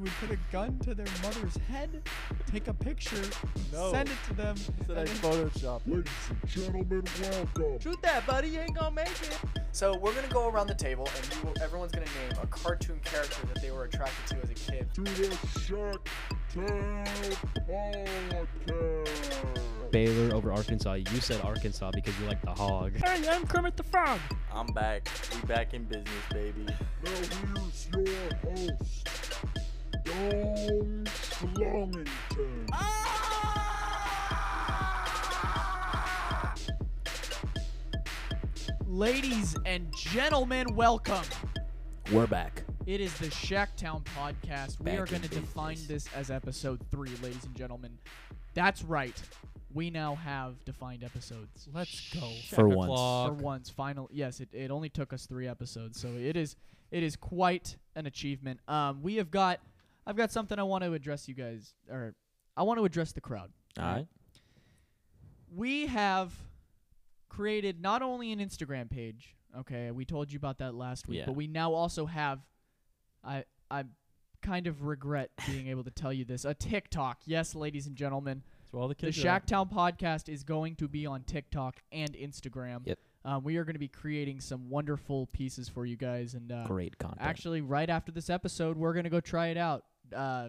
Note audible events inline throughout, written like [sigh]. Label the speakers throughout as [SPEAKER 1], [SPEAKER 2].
[SPEAKER 1] would put a gun to their mother's head, take a picture,
[SPEAKER 2] No.
[SPEAKER 1] send it to them.
[SPEAKER 2] Said
[SPEAKER 1] and
[SPEAKER 2] I
[SPEAKER 1] then-
[SPEAKER 2] photoshopped. it.
[SPEAKER 3] Ladies and gentlemen, welcome.
[SPEAKER 2] Shoot that, buddy. You ain't gonna make it.
[SPEAKER 4] So we're gonna go around the table, and you will, everyone's gonna name a cartoon character that they were attracted to as a kid.
[SPEAKER 3] To the Shack Town Podcast.
[SPEAKER 5] Baylor over Arkansas. You said Arkansas because you like the hog.
[SPEAKER 1] Hey, I'm Kermit the Frog.
[SPEAKER 6] I'm back. We back in business, baby.
[SPEAKER 3] Now here's your host, Dom Slongington.
[SPEAKER 1] Ladies and gentlemen, welcome.
[SPEAKER 6] We're back.
[SPEAKER 1] It is the Shacktown podcast. We
[SPEAKER 6] Back
[SPEAKER 1] are
[SPEAKER 6] in
[SPEAKER 1] going to define
[SPEAKER 6] business.
[SPEAKER 1] this as episode three, ladies and gentlemen. That's right. We now have defined episodes. Let's go.
[SPEAKER 6] For once.
[SPEAKER 1] For once, final. Yes, it, it only took us three episodes, so it is it is quite an achievement. Um, we have got, I've got something I want to address you guys, or I want to address the crowd.
[SPEAKER 6] All right.
[SPEAKER 1] we have created not only an Instagram page, okay, we told you about that last week,
[SPEAKER 6] Yeah.
[SPEAKER 1] but we now also have I I kind of regret
[SPEAKER 6] [laughs]
[SPEAKER 1] being able to tell you this, a TikTok. Yes, ladies and gentlemen.
[SPEAKER 2] That's where all the
[SPEAKER 1] The
[SPEAKER 2] kids are. at.
[SPEAKER 1] Shacktown podcast is going to be on TikTok and Instagram.
[SPEAKER 6] Yep.
[SPEAKER 1] Um, we are going to be creating some wonderful pieces for you guys and uh,
[SPEAKER 6] Great content.
[SPEAKER 1] Actually, right after this episode, we're gonna go try it out. Uh,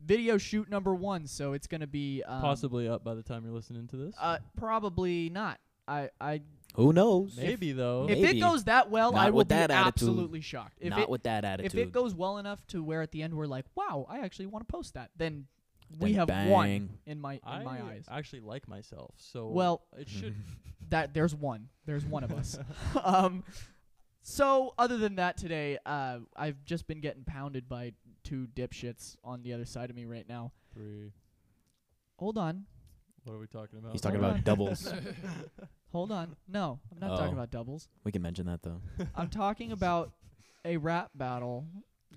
[SPEAKER 1] video shoot number one, so it's gonna be um,
[SPEAKER 2] Possibly up by the time you're listening to this.
[SPEAKER 1] uh, probably not. I, I
[SPEAKER 6] Who knows?
[SPEAKER 2] Maybe though.
[SPEAKER 1] if it
[SPEAKER 6] Maybe.
[SPEAKER 1] goes that well,
[SPEAKER 6] Not
[SPEAKER 1] I will
[SPEAKER 6] with
[SPEAKER 1] be
[SPEAKER 6] that attitude.
[SPEAKER 1] absolutely shocked. If
[SPEAKER 6] Not
[SPEAKER 1] it,
[SPEAKER 6] with that attitude.
[SPEAKER 1] if it goes well enough to where at the end we're like, wow, I actually want to post that, then, we
[SPEAKER 6] Then
[SPEAKER 1] have
[SPEAKER 6] bang.
[SPEAKER 1] won in my in
[SPEAKER 2] I
[SPEAKER 1] my eyes.
[SPEAKER 2] actually like myself, so
[SPEAKER 1] Well- [laughs]
[SPEAKER 2] it should.
[SPEAKER 1] that there's one, there's one of
[SPEAKER 2] [laughs]
[SPEAKER 1] us. um, so other than that, today uh, I've just been getting pounded by two dipshits on the other side of me right now.
[SPEAKER 2] Three.
[SPEAKER 1] Hold on,
[SPEAKER 2] What are we talking about?
[SPEAKER 6] He's talking
[SPEAKER 1] Hold [laughs]
[SPEAKER 6] about
[SPEAKER 1] on.
[SPEAKER 6] doubles.
[SPEAKER 1] hold on. No, I'm not
[SPEAKER 6] Oh.
[SPEAKER 1] talking about doubles.
[SPEAKER 6] we can mention that though.
[SPEAKER 1] I'm talking about a rap battle.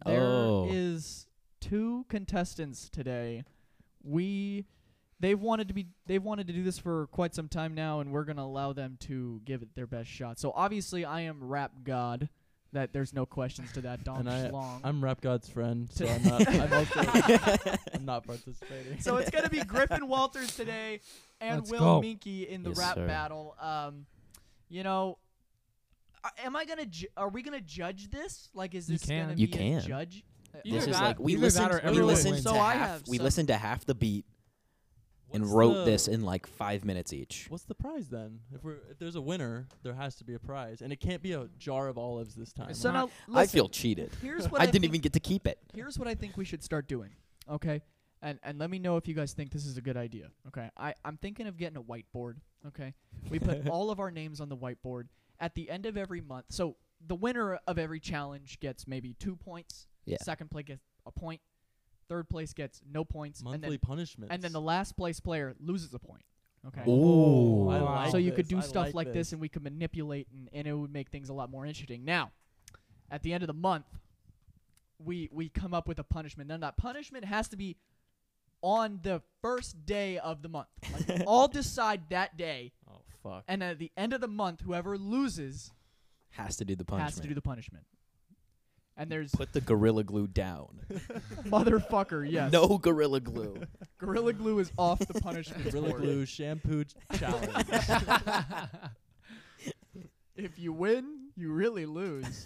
[SPEAKER 1] There is
[SPEAKER 6] Oh.
[SPEAKER 1] two contestants today. We they've wanted to be they've wanted to do this for quite some time now and we're going to allow them to give it their best shot. So obviously I am rap god. That there's no questions to that Dom
[SPEAKER 2] And I-
[SPEAKER 1] Schlong.
[SPEAKER 2] I'm Rap
[SPEAKER 1] [laughs]
[SPEAKER 2] God's friend, so I'm not. I'm, also, I'm not participating.
[SPEAKER 1] so it's going to be
[SPEAKER 6] [laughs]
[SPEAKER 1] Griffin Walters today and
[SPEAKER 2] Let's
[SPEAKER 1] Will
[SPEAKER 2] go.
[SPEAKER 1] Minky in the
[SPEAKER 6] Yes,
[SPEAKER 1] rap
[SPEAKER 6] sir.
[SPEAKER 1] battle. Um you know a- Am I gonna? Ju- are we gonna judge this? Like, is
[SPEAKER 7] You
[SPEAKER 1] this gonna
[SPEAKER 7] can.
[SPEAKER 1] be
[SPEAKER 6] You
[SPEAKER 1] a
[SPEAKER 6] can.
[SPEAKER 1] judge?
[SPEAKER 7] Either
[SPEAKER 6] this is
[SPEAKER 7] that-
[SPEAKER 6] like we
[SPEAKER 7] either that
[SPEAKER 6] listened.
[SPEAKER 7] or
[SPEAKER 6] we
[SPEAKER 7] everyone
[SPEAKER 6] listened
[SPEAKER 7] wins.
[SPEAKER 6] to
[SPEAKER 1] So Oh, I
[SPEAKER 6] half.
[SPEAKER 1] have
[SPEAKER 6] we
[SPEAKER 1] some-
[SPEAKER 6] listened to half the beat and
[SPEAKER 2] What's
[SPEAKER 6] wrote
[SPEAKER 2] the-
[SPEAKER 6] this in like five minutes each.
[SPEAKER 2] What's the prize then? If we're if there's a winner, there has to be a prize, and it can't be a jar of olives this time.
[SPEAKER 1] So now,
[SPEAKER 6] I
[SPEAKER 1] listen,
[SPEAKER 6] feel cheated. [laughs]
[SPEAKER 1] Here's what I,
[SPEAKER 6] I didn't
[SPEAKER 1] think-
[SPEAKER 6] even get to keep it.
[SPEAKER 1] Here's what I think we should start doing. Okay, and and let me know if you guys think this is a good idea. Okay, I I'm thinking of getting a whiteboard. Okay, we put all of our names on the whiteboard at the end of every month. So the winner of every challenge gets maybe two points.
[SPEAKER 6] Yeah.
[SPEAKER 1] Second place gets a point. Third place gets no points.
[SPEAKER 2] monthly
[SPEAKER 1] And then,
[SPEAKER 2] punishments.
[SPEAKER 1] and then the last place player loses a point. Okay. Oh,
[SPEAKER 2] Ooh. I like
[SPEAKER 1] so you could
[SPEAKER 2] this.
[SPEAKER 1] do
[SPEAKER 2] I
[SPEAKER 1] stuff
[SPEAKER 2] like
[SPEAKER 1] like this.
[SPEAKER 2] this.
[SPEAKER 1] and we could manipulate and, and it would make things a lot more interesting now at the end of the month we we come up with a punishment then that punishment has to be on the first day of the month like
[SPEAKER 2] [laughs]
[SPEAKER 1] all decide that day
[SPEAKER 2] oh fuck.
[SPEAKER 1] and at the end of the month whoever loses
[SPEAKER 6] Has to do the
[SPEAKER 1] has to do
[SPEAKER 6] punishment.
[SPEAKER 1] the punishment and there's
[SPEAKER 6] Put the gorilla glue down.
[SPEAKER 1] [laughs]
[SPEAKER 2] [laughs]
[SPEAKER 1] motherfucker yes
[SPEAKER 6] No gorilla glue.
[SPEAKER 1] [laughs] gorilla glue is off
[SPEAKER 2] [laughs]
[SPEAKER 1] the punishment
[SPEAKER 2] Gorilla
[SPEAKER 1] board.
[SPEAKER 2] glue [laughs] shampoo ch- challenge.
[SPEAKER 1] if you win, you really lose.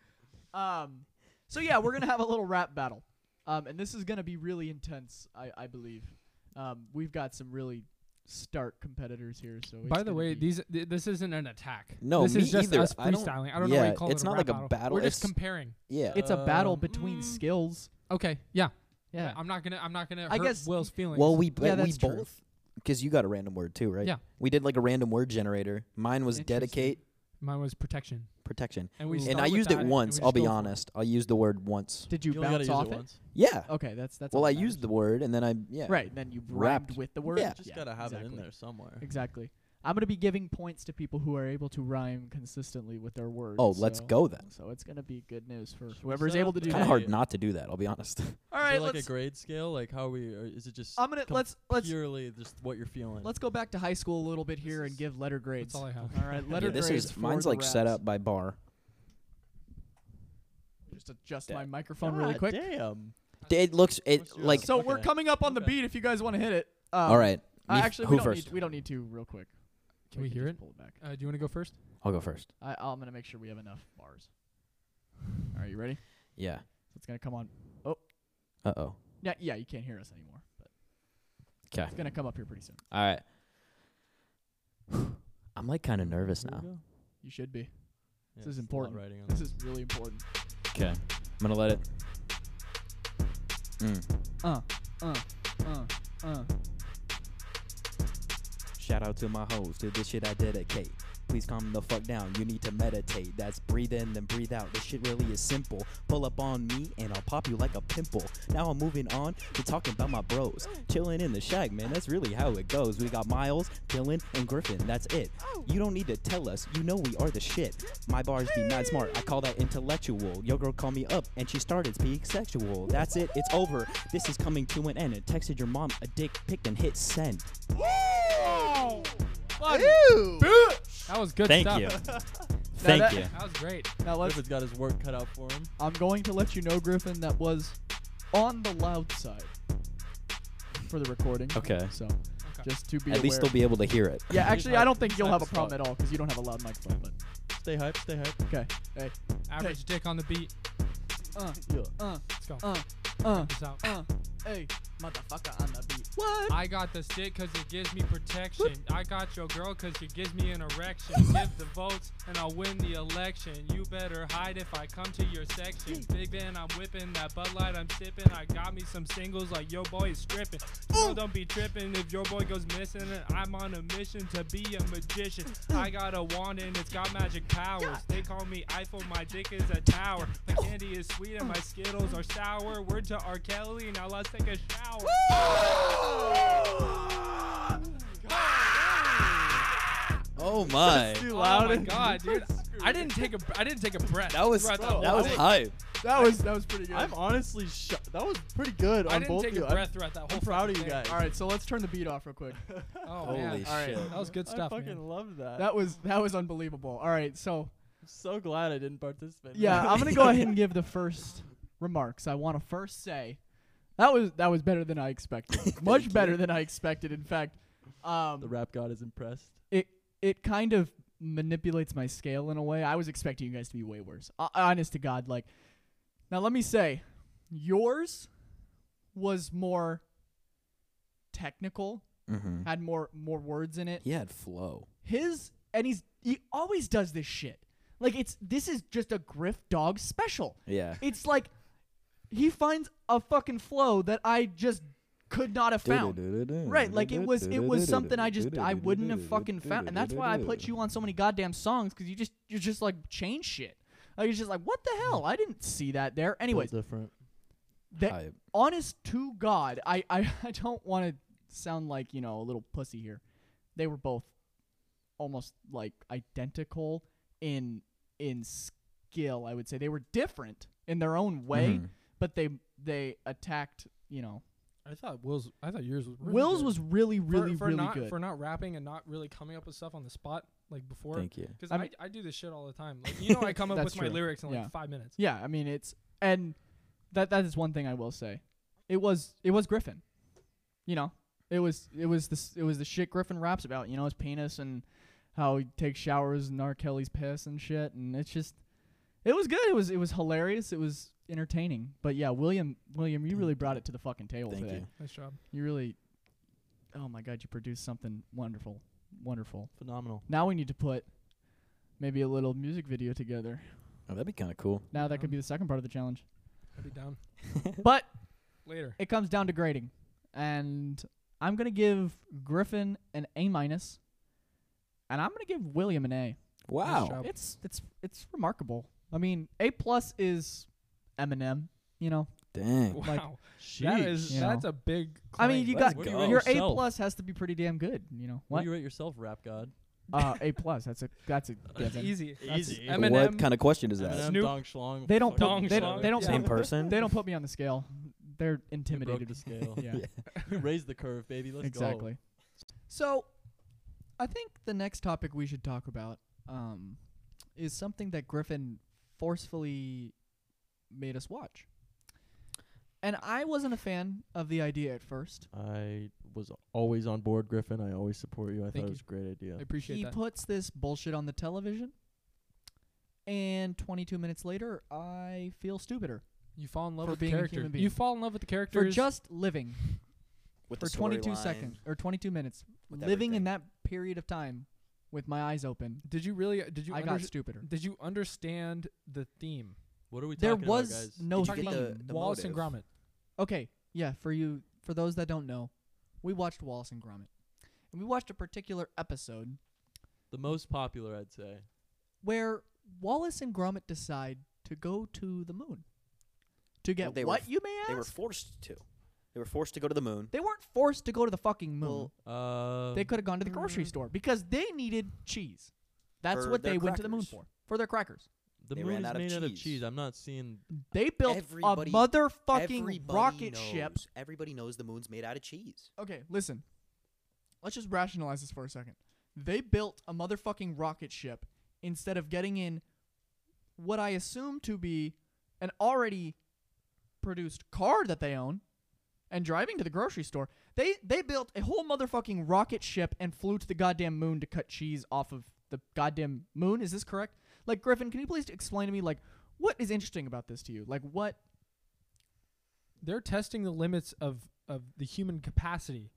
[SPEAKER 1] [laughs] um, so yeah, we're gonna have a little rap battle, um, and this is gonna be really intense. I, I believe. Um, we've got some really stark competitors here. So it's
[SPEAKER 7] By the
[SPEAKER 1] gonna
[SPEAKER 7] way,
[SPEAKER 1] be-
[SPEAKER 7] these th- this isn't an attack.
[SPEAKER 6] No,
[SPEAKER 7] this
[SPEAKER 6] me
[SPEAKER 7] is just
[SPEAKER 6] either.
[SPEAKER 7] us
[SPEAKER 6] I don't-
[SPEAKER 7] freestyling. I don't, know
[SPEAKER 6] yeah,
[SPEAKER 7] why you call
[SPEAKER 6] it's
[SPEAKER 7] it a
[SPEAKER 6] not
[SPEAKER 7] rap
[SPEAKER 6] like a
[SPEAKER 7] battle.
[SPEAKER 6] battle,
[SPEAKER 7] We're just
[SPEAKER 6] it's-
[SPEAKER 7] comparing.
[SPEAKER 6] yeah.
[SPEAKER 1] it's a battle
[SPEAKER 2] Um,
[SPEAKER 1] between
[SPEAKER 7] mm.
[SPEAKER 1] skills.
[SPEAKER 7] Okay, yeah,
[SPEAKER 1] Yeah.
[SPEAKER 7] I'm not gonna I'm not gonna hurt
[SPEAKER 1] I guess-
[SPEAKER 7] Will's feelings.
[SPEAKER 6] Well, we
[SPEAKER 1] Yeah,
[SPEAKER 6] but we
[SPEAKER 1] that's true.
[SPEAKER 6] both because you got a random word too, right?
[SPEAKER 7] Yeah.
[SPEAKER 6] We did like a random word generator. Mine was
[SPEAKER 1] Interesting.
[SPEAKER 6] dedicate
[SPEAKER 7] mine was protection,
[SPEAKER 6] protection,
[SPEAKER 7] and we
[SPEAKER 2] Ooh.
[SPEAKER 6] Mm. and
[SPEAKER 7] start
[SPEAKER 6] I
[SPEAKER 7] with
[SPEAKER 6] used
[SPEAKER 7] that
[SPEAKER 6] it
[SPEAKER 7] and
[SPEAKER 6] once.
[SPEAKER 7] we
[SPEAKER 6] I'll
[SPEAKER 7] just
[SPEAKER 6] be
[SPEAKER 7] go for it.
[SPEAKER 6] honest. I used the word once.
[SPEAKER 1] Did you,
[SPEAKER 2] You only gotta
[SPEAKER 1] bounce
[SPEAKER 2] use
[SPEAKER 1] off
[SPEAKER 2] it once.
[SPEAKER 6] Yeah.
[SPEAKER 1] Okay, that's that's.
[SPEAKER 6] well,
[SPEAKER 1] all
[SPEAKER 6] I
[SPEAKER 1] that matters.
[SPEAKER 6] used the word, and then I yeah.
[SPEAKER 1] right. Then you
[SPEAKER 6] Rapped.
[SPEAKER 1] rhymed with the word.
[SPEAKER 6] Yeah.
[SPEAKER 2] Just gotta have it in
[SPEAKER 1] exactly.
[SPEAKER 2] there somewhere.
[SPEAKER 1] Exactly. I'm gonna be giving points to people who are able to rhyme consistently with their words.
[SPEAKER 6] Oh, let's
[SPEAKER 1] so-
[SPEAKER 6] go then.
[SPEAKER 1] So it's gonna be good news for
[SPEAKER 2] Should we
[SPEAKER 1] whoever's
[SPEAKER 2] set
[SPEAKER 1] able
[SPEAKER 2] up
[SPEAKER 1] to do
[SPEAKER 2] the-
[SPEAKER 6] Kind
[SPEAKER 1] that.
[SPEAKER 6] of
[SPEAKER 2] Hey.
[SPEAKER 6] hard not to do that. I'll be honest.
[SPEAKER 1] All
[SPEAKER 2] Is
[SPEAKER 1] right,
[SPEAKER 2] there like a
[SPEAKER 1] let's.
[SPEAKER 2] grade scale? Like how are we? Or is it just
[SPEAKER 1] I'm gonna let's let's
[SPEAKER 2] purely just what you're feeling?
[SPEAKER 1] let's go back to high school a little bit here
[SPEAKER 2] This
[SPEAKER 1] and
[SPEAKER 2] is-
[SPEAKER 1] give letter grades.
[SPEAKER 7] That's all I have.
[SPEAKER 1] All
[SPEAKER 7] [laughs]
[SPEAKER 1] right, letter
[SPEAKER 6] yeah, this
[SPEAKER 1] grades.
[SPEAKER 6] is
[SPEAKER 1] for
[SPEAKER 6] mine's
[SPEAKER 1] the
[SPEAKER 6] like set
[SPEAKER 1] raps.
[SPEAKER 6] up by bar.
[SPEAKER 1] Just adjust my
[SPEAKER 6] Dad.
[SPEAKER 1] microphone really
[SPEAKER 2] God
[SPEAKER 1] quick.
[SPEAKER 2] Damn.
[SPEAKER 6] It looks it
[SPEAKER 2] What's yours?
[SPEAKER 6] like.
[SPEAKER 1] so we're
[SPEAKER 2] Okay.
[SPEAKER 1] coming up on the
[SPEAKER 2] Okay.
[SPEAKER 1] beat. If you guys want to hit it. Um,
[SPEAKER 6] all right.
[SPEAKER 1] I
[SPEAKER 6] me f-
[SPEAKER 1] actually,
[SPEAKER 6] who
[SPEAKER 1] we don't
[SPEAKER 6] first?
[SPEAKER 1] need we don't need to real quick.
[SPEAKER 7] Can we hear
[SPEAKER 1] just
[SPEAKER 7] it?
[SPEAKER 1] Pull it back.
[SPEAKER 7] Uh, do you want to go first?
[SPEAKER 6] I'll go first.
[SPEAKER 1] I, I'm gonna make sure we have enough bars. All right, you ready?
[SPEAKER 6] Yeah.
[SPEAKER 1] So it's gonna come on.
[SPEAKER 6] Uh oh.
[SPEAKER 1] Yeah, yeah, you can't hear us anymore. But
[SPEAKER 6] 'Kay.
[SPEAKER 1] it's gonna come up here pretty soon.
[SPEAKER 6] All right. [sighs] I'm like kind of nervous now.
[SPEAKER 2] Here we go.
[SPEAKER 1] You should be.
[SPEAKER 2] Yeah,
[SPEAKER 1] This is
[SPEAKER 2] it's a lot
[SPEAKER 1] important.
[SPEAKER 2] Writing on
[SPEAKER 1] This
[SPEAKER 2] it.
[SPEAKER 1] is really important.
[SPEAKER 6] Okay. I'm gonna let it. Mm.
[SPEAKER 1] Uh, uh, uh, uh.
[SPEAKER 6] Shout out to my hoes, to this shit I dedicate. Please calm the fuck down, you need to meditate. That's breathe in, then breathe out. This shit really is simple. Pull up on me and I'll pop you like a pimple. Now I'm moving on to talking about my bros. Chilling in the shag, man, that's really how it goes. We got Miles, Dylan, and Griffin, that's it. You don't need to tell us, you know we are the shit. My bars be mad smart, I call that intellectual. Your girl called me up and she started speak sexual. That's it, it's over. This is coming to an end. And texted your mom a dick pic and hit send.
[SPEAKER 7] That was good
[SPEAKER 5] Thank
[SPEAKER 7] stuff.
[SPEAKER 5] you.
[SPEAKER 1] Now
[SPEAKER 5] Thank
[SPEAKER 1] that-
[SPEAKER 5] you.
[SPEAKER 7] That was great.
[SPEAKER 1] Now let's.
[SPEAKER 2] Griffin's got his work cut out for him.
[SPEAKER 1] I'm going to let you know, Griffin, that was on the loud side for the recording.
[SPEAKER 6] Okay.
[SPEAKER 1] So
[SPEAKER 7] Okay.
[SPEAKER 1] just to be
[SPEAKER 6] At least
[SPEAKER 1] aware.
[SPEAKER 6] they'll be able to hear it.
[SPEAKER 1] Yeah, actually, I don't think you'll
[SPEAKER 2] Side
[SPEAKER 1] have a
[SPEAKER 2] to
[SPEAKER 1] problem
[SPEAKER 2] spot.
[SPEAKER 1] at all because you don't have a loud microphone. But
[SPEAKER 2] Stay hype, stay hype.
[SPEAKER 1] okay, hey,
[SPEAKER 7] Average dick on the beat.
[SPEAKER 1] uh,
[SPEAKER 2] Yeah.
[SPEAKER 1] uh,
[SPEAKER 7] Let's go.
[SPEAKER 1] uh, uh,
[SPEAKER 7] This out.
[SPEAKER 1] uh, hey, motherfucker on the beat. What?
[SPEAKER 7] I got the stick because it gives me protection. I got your girl because she gives me an erection. Give the votes and I'll win the election. You better hide if I come to your section. Big Van, I'm whipping that Bud Light I'm sipping. I got me some singles like your boy is stripping. So don't be tripping if your boy goes missing. And I'm on a mission to be a magician. I got a wand and it's got magic powers. They call me Eiffel, my dick is a tower. My candy is sweet and my Skittles are sour. Word to R. Kelly, now let's take a shower.
[SPEAKER 6] Oh my.
[SPEAKER 7] Oh my god, dude! I didn't take a I didn't take a
[SPEAKER 6] [laughs]
[SPEAKER 7] breath.
[SPEAKER 6] That was
[SPEAKER 7] throughout the
[SPEAKER 6] that
[SPEAKER 7] whole
[SPEAKER 6] was
[SPEAKER 7] thing.
[SPEAKER 6] hype.
[SPEAKER 1] That was that was pretty good.
[SPEAKER 2] I'm honestly shocked. That was pretty good
[SPEAKER 7] I
[SPEAKER 2] on
[SPEAKER 7] didn't
[SPEAKER 2] both of
[SPEAKER 7] take
[SPEAKER 2] you.
[SPEAKER 7] a
[SPEAKER 2] I'm-
[SPEAKER 7] breath throughout that whole.
[SPEAKER 2] I'm proud of
[SPEAKER 7] fucking
[SPEAKER 2] you guys.
[SPEAKER 7] thing.
[SPEAKER 1] All right, so let's turn the beat off real quick.
[SPEAKER 7] Oh
[SPEAKER 6] Holy
[SPEAKER 7] man,
[SPEAKER 6] shit.
[SPEAKER 1] All right.
[SPEAKER 7] that was good
[SPEAKER 2] I
[SPEAKER 7] stuff,
[SPEAKER 2] fucking
[SPEAKER 7] man.
[SPEAKER 2] love that.
[SPEAKER 1] That was that was unbelievable. All right, so
[SPEAKER 2] I'm so glad I didn't participate. in [laughs]
[SPEAKER 1] yeah,
[SPEAKER 2] that.
[SPEAKER 1] I'm gonna go ahead and give the first remarks. I want to first say that was that was better than I expected. Much better than I expected. In fact, um,
[SPEAKER 2] the rap god is impressed.
[SPEAKER 1] it it kind of manipulates my scale in a way. I was expecting you guys to be way worse. Uh, honest to God, like now let me say, yours was more technical,
[SPEAKER 6] Mm-hmm.
[SPEAKER 1] had more more words in it.
[SPEAKER 6] He had flow.
[SPEAKER 1] His and he's he always does this shit. Like it's this is just a Griff dog special.
[SPEAKER 6] Yeah.
[SPEAKER 1] It's like he finds a fucking flow that I just could not have found. Right, like it was it was something I just I wouldn't have fucking found, and that's why I put you on so many goddamn songs because you just you're just like change shit. Like it's just like what the hell? I didn't see that there. Anyways,
[SPEAKER 2] different.
[SPEAKER 1] that,
[SPEAKER 6] Hype.
[SPEAKER 1] honest to God, I I, [laughs] I don't want to sound like you know a little pussy here. They were both almost like identical in in skill. I would say they were different in their own way,
[SPEAKER 6] Mhm.
[SPEAKER 1] but they they attacked you know
[SPEAKER 7] I thought Will's I thought yours was
[SPEAKER 1] Will's was really, really,
[SPEAKER 7] for, for
[SPEAKER 1] really
[SPEAKER 7] not,
[SPEAKER 1] good.
[SPEAKER 7] for not rapping and not really coming up with stuff on the spot like before.
[SPEAKER 6] Thank you.
[SPEAKER 7] Because
[SPEAKER 1] I'm-
[SPEAKER 7] I, I do this shit all
[SPEAKER 1] [laughs]
[SPEAKER 7] the time. Like, you know I come up
[SPEAKER 1] That's
[SPEAKER 7] with my
[SPEAKER 1] true.
[SPEAKER 7] lyrics in like
[SPEAKER 1] Yeah.
[SPEAKER 7] five minutes.
[SPEAKER 1] yeah, I mean it's and that that is one thing I will say. It was it was Griffin, you know. It was it was this it was the shit Griffin raps about. You know his penis and how he takes showers and R. Kelly's piss and shit. And it's just it was good. It was it was hilarious. It was entertaining. But yeah, William William, you really brought it to the fucking table
[SPEAKER 6] Thank
[SPEAKER 1] today.
[SPEAKER 6] you.
[SPEAKER 7] Nice job.
[SPEAKER 1] You really, oh my god, you produced something wonderful, wonderful.
[SPEAKER 2] Phenomenal.
[SPEAKER 1] Now we need to put maybe a little music video together.
[SPEAKER 6] Oh, that'd be kind of cool.
[SPEAKER 1] Now that could be the second part of the challenge.
[SPEAKER 7] I'll be down
[SPEAKER 1] But
[SPEAKER 7] later.
[SPEAKER 1] it comes down to grading, and I'm gonna give Griffin an A minus, and I'm gonna give William an A.
[SPEAKER 7] Nice
[SPEAKER 6] Wow.
[SPEAKER 7] job.
[SPEAKER 1] It's it's it's remarkable. I mean, A plus is Eminem. You know,
[SPEAKER 6] Dang.
[SPEAKER 1] [laughs] like-
[SPEAKER 7] Wow. that is
[SPEAKER 1] You
[SPEAKER 7] that's
[SPEAKER 1] know.
[SPEAKER 7] a big.
[SPEAKER 1] I mean, [laughs]
[SPEAKER 7] claim.
[SPEAKER 1] you
[SPEAKER 6] Let's
[SPEAKER 1] got
[SPEAKER 6] go.
[SPEAKER 1] your A
[SPEAKER 2] Yourself.
[SPEAKER 1] plus has to be pretty damn good. You know
[SPEAKER 2] What
[SPEAKER 1] what?
[SPEAKER 2] do you rate yourself, rap god?
[SPEAKER 1] uh, A plus. That's a that's a
[SPEAKER 7] that's
[SPEAKER 1] given.
[SPEAKER 7] easy. That's
[SPEAKER 2] Easy.
[SPEAKER 7] Eminem.
[SPEAKER 6] What kind of question is that?
[SPEAKER 2] Eminem,
[SPEAKER 7] Snoop.
[SPEAKER 2] Dong Schlong.
[SPEAKER 1] They don't
[SPEAKER 2] fucking
[SPEAKER 7] Dong
[SPEAKER 1] put, they
[SPEAKER 7] Schlong.
[SPEAKER 1] don't they don't
[SPEAKER 7] Yeah.
[SPEAKER 6] Same
[SPEAKER 1] put,
[SPEAKER 6] person?
[SPEAKER 1] they don't put me on the scale. They're
[SPEAKER 2] We broke
[SPEAKER 1] intimidated.
[SPEAKER 2] the scale.
[SPEAKER 1] [laughs]
[SPEAKER 2] [laughs]
[SPEAKER 1] Yeah.
[SPEAKER 2] we raised the curve, baby. Let's
[SPEAKER 1] exactly. So, I think the next topic we should talk about um, is something that Griffin forcefully made us watch, And I wasn't a fan of the idea at first.
[SPEAKER 2] I was always on board, Griffin. I always support you. I thought
[SPEAKER 7] Thank
[SPEAKER 2] it
[SPEAKER 7] you.
[SPEAKER 2] was a great idea.
[SPEAKER 7] I appreciate
[SPEAKER 1] he
[SPEAKER 7] that.
[SPEAKER 1] puts this bullshit on the television, and 22 minutes later, I feel stupider
[SPEAKER 7] you fall in love
[SPEAKER 1] for
[SPEAKER 7] with the
[SPEAKER 1] being a
[SPEAKER 7] character.
[SPEAKER 1] human being.
[SPEAKER 7] You fall in love with the character
[SPEAKER 1] for just living
[SPEAKER 6] With
[SPEAKER 1] for
[SPEAKER 6] the
[SPEAKER 1] 22
[SPEAKER 6] storyline,
[SPEAKER 1] seconds or 22 minutes,
[SPEAKER 6] with
[SPEAKER 1] living in
[SPEAKER 6] everything.
[SPEAKER 1] that period of time with my eyes open.
[SPEAKER 7] Did you really? Did you?
[SPEAKER 1] I got
[SPEAKER 7] unders-
[SPEAKER 1] stupider.
[SPEAKER 7] Did you understand the theme?
[SPEAKER 2] What are we
[SPEAKER 1] There
[SPEAKER 2] talking
[SPEAKER 1] was
[SPEAKER 2] about, guys?
[SPEAKER 1] no
[SPEAKER 6] Did you
[SPEAKER 1] theme.
[SPEAKER 6] get the- the
[SPEAKER 7] Wallace and
[SPEAKER 6] motive?
[SPEAKER 7] Gromit.
[SPEAKER 1] Okay, yeah, for you for those that don't know, we watched Wallace and Gromit. And we watched a particular episode
[SPEAKER 2] the most popular, I'd say.
[SPEAKER 1] where Wallace and Gromit decide to go to the moon. To get
[SPEAKER 6] Well, they were
[SPEAKER 1] what
[SPEAKER 6] f-
[SPEAKER 1] you may ask?
[SPEAKER 6] They were forced to. They were forced to go to the moon.
[SPEAKER 1] They weren't forced to go to the fucking moon.
[SPEAKER 6] Well,
[SPEAKER 2] Uh,
[SPEAKER 6] um,
[SPEAKER 1] Mm-hmm. they could have gone to the grocery store because they needed cheese. That's
[SPEAKER 6] For
[SPEAKER 1] what they
[SPEAKER 6] their
[SPEAKER 1] went to the moon
[SPEAKER 6] crackers.
[SPEAKER 1] for. For their crackers.
[SPEAKER 2] The
[SPEAKER 6] They
[SPEAKER 2] moon
[SPEAKER 6] ran
[SPEAKER 2] is
[SPEAKER 6] out of
[SPEAKER 2] made out of
[SPEAKER 6] cheese.
[SPEAKER 2] cheese. I'm not seeing.
[SPEAKER 1] They built
[SPEAKER 6] Everybody-
[SPEAKER 1] a motherfucking
[SPEAKER 6] Everybody
[SPEAKER 1] rocket
[SPEAKER 6] knows,
[SPEAKER 1] ship.
[SPEAKER 6] Everybody knows the moon's made out of cheese.
[SPEAKER 1] Okay, listen. Let's just rationalize this for a second. They built a motherfucking rocket ship instead of getting in what I assume to be an already produced car that they own and driving to the grocery store. They they built a whole motherfucking rocket ship and flew to the goddamn moon to cut cheese off of the goddamn moon. Is this correct? Like Griffin, can you please explain to me like what is interesting about this to you? Like what
[SPEAKER 7] They're testing the limits of of the human capacity.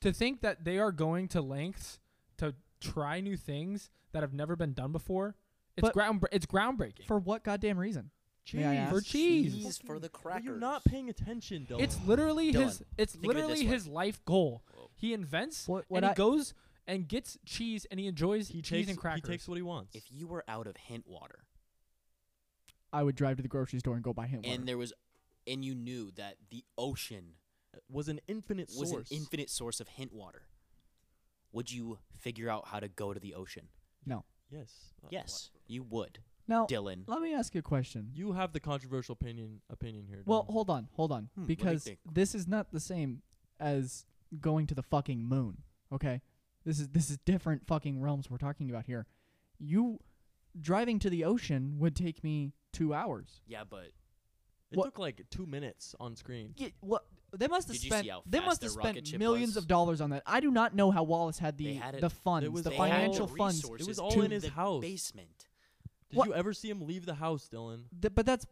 [SPEAKER 7] To think that they are going to lengths to try new things that have never been done before, it's
[SPEAKER 1] But-
[SPEAKER 7] ground it's groundbreaking.
[SPEAKER 1] for what goddamn reason?
[SPEAKER 2] Cheese.
[SPEAKER 1] May I ask?
[SPEAKER 7] For cheese.
[SPEAKER 6] Cheese for the
[SPEAKER 2] Are
[SPEAKER 6] crackers.
[SPEAKER 2] you not paying attention, Dylan?
[SPEAKER 7] It's literally
[SPEAKER 6] Dylan,
[SPEAKER 7] his. It's
[SPEAKER 6] think of it
[SPEAKER 7] literally
[SPEAKER 6] this way.
[SPEAKER 7] his life goal. He invents
[SPEAKER 1] What- what
[SPEAKER 7] and he
[SPEAKER 1] I-
[SPEAKER 7] goes and gets cheese and he enjoys
[SPEAKER 2] he
[SPEAKER 7] cheese
[SPEAKER 2] takes
[SPEAKER 7] and
[SPEAKER 2] he
[SPEAKER 7] crackers.
[SPEAKER 2] takes what he wants.
[SPEAKER 6] If you were out of hint water
[SPEAKER 1] I would drive to the grocery store and go buy him water.
[SPEAKER 6] and there was, and you knew that the ocean
[SPEAKER 2] Uh, was an infinite
[SPEAKER 6] was
[SPEAKER 2] source.
[SPEAKER 6] an infinite source of hint water, would you figure out how to go to the ocean?
[SPEAKER 1] No.
[SPEAKER 2] yes. Uh,
[SPEAKER 6] Yes, you would,
[SPEAKER 1] Now,
[SPEAKER 6] Dylan.
[SPEAKER 1] let me ask you a question.
[SPEAKER 2] You have the controversial opinion opinion here.
[SPEAKER 1] Well,
[SPEAKER 2] Dylan.
[SPEAKER 1] hold on, hold on,
[SPEAKER 6] Hmm, let me
[SPEAKER 1] because
[SPEAKER 6] think.
[SPEAKER 1] this is not the same as going to the fucking moon. Okay, this is this is different fucking realms we're talking about here. You driving to the ocean would take me two hours.
[SPEAKER 6] Yeah, but
[SPEAKER 2] it
[SPEAKER 1] what-
[SPEAKER 2] took like two minutes on screen.
[SPEAKER 1] Yeah, what? They must have
[SPEAKER 6] Did you
[SPEAKER 1] spent.
[SPEAKER 6] see how
[SPEAKER 1] They
[SPEAKER 6] fast
[SPEAKER 1] must have
[SPEAKER 6] their rocket
[SPEAKER 1] spent
[SPEAKER 6] ship
[SPEAKER 1] millions
[SPEAKER 6] was?
[SPEAKER 1] of dollars on that. I do not know how Wallace had
[SPEAKER 6] They
[SPEAKER 1] the
[SPEAKER 6] had it-
[SPEAKER 1] the funds,
[SPEAKER 2] was
[SPEAKER 1] the
[SPEAKER 6] they
[SPEAKER 2] all-
[SPEAKER 1] financial
[SPEAKER 6] had the
[SPEAKER 1] funds.
[SPEAKER 6] resources
[SPEAKER 2] was all
[SPEAKER 6] to
[SPEAKER 2] in his
[SPEAKER 6] the
[SPEAKER 2] house.
[SPEAKER 6] basement.
[SPEAKER 2] Did
[SPEAKER 1] What-
[SPEAKER 2] you ever see him leave the house, Dylan?
[SPEAKER 1] Th- but that's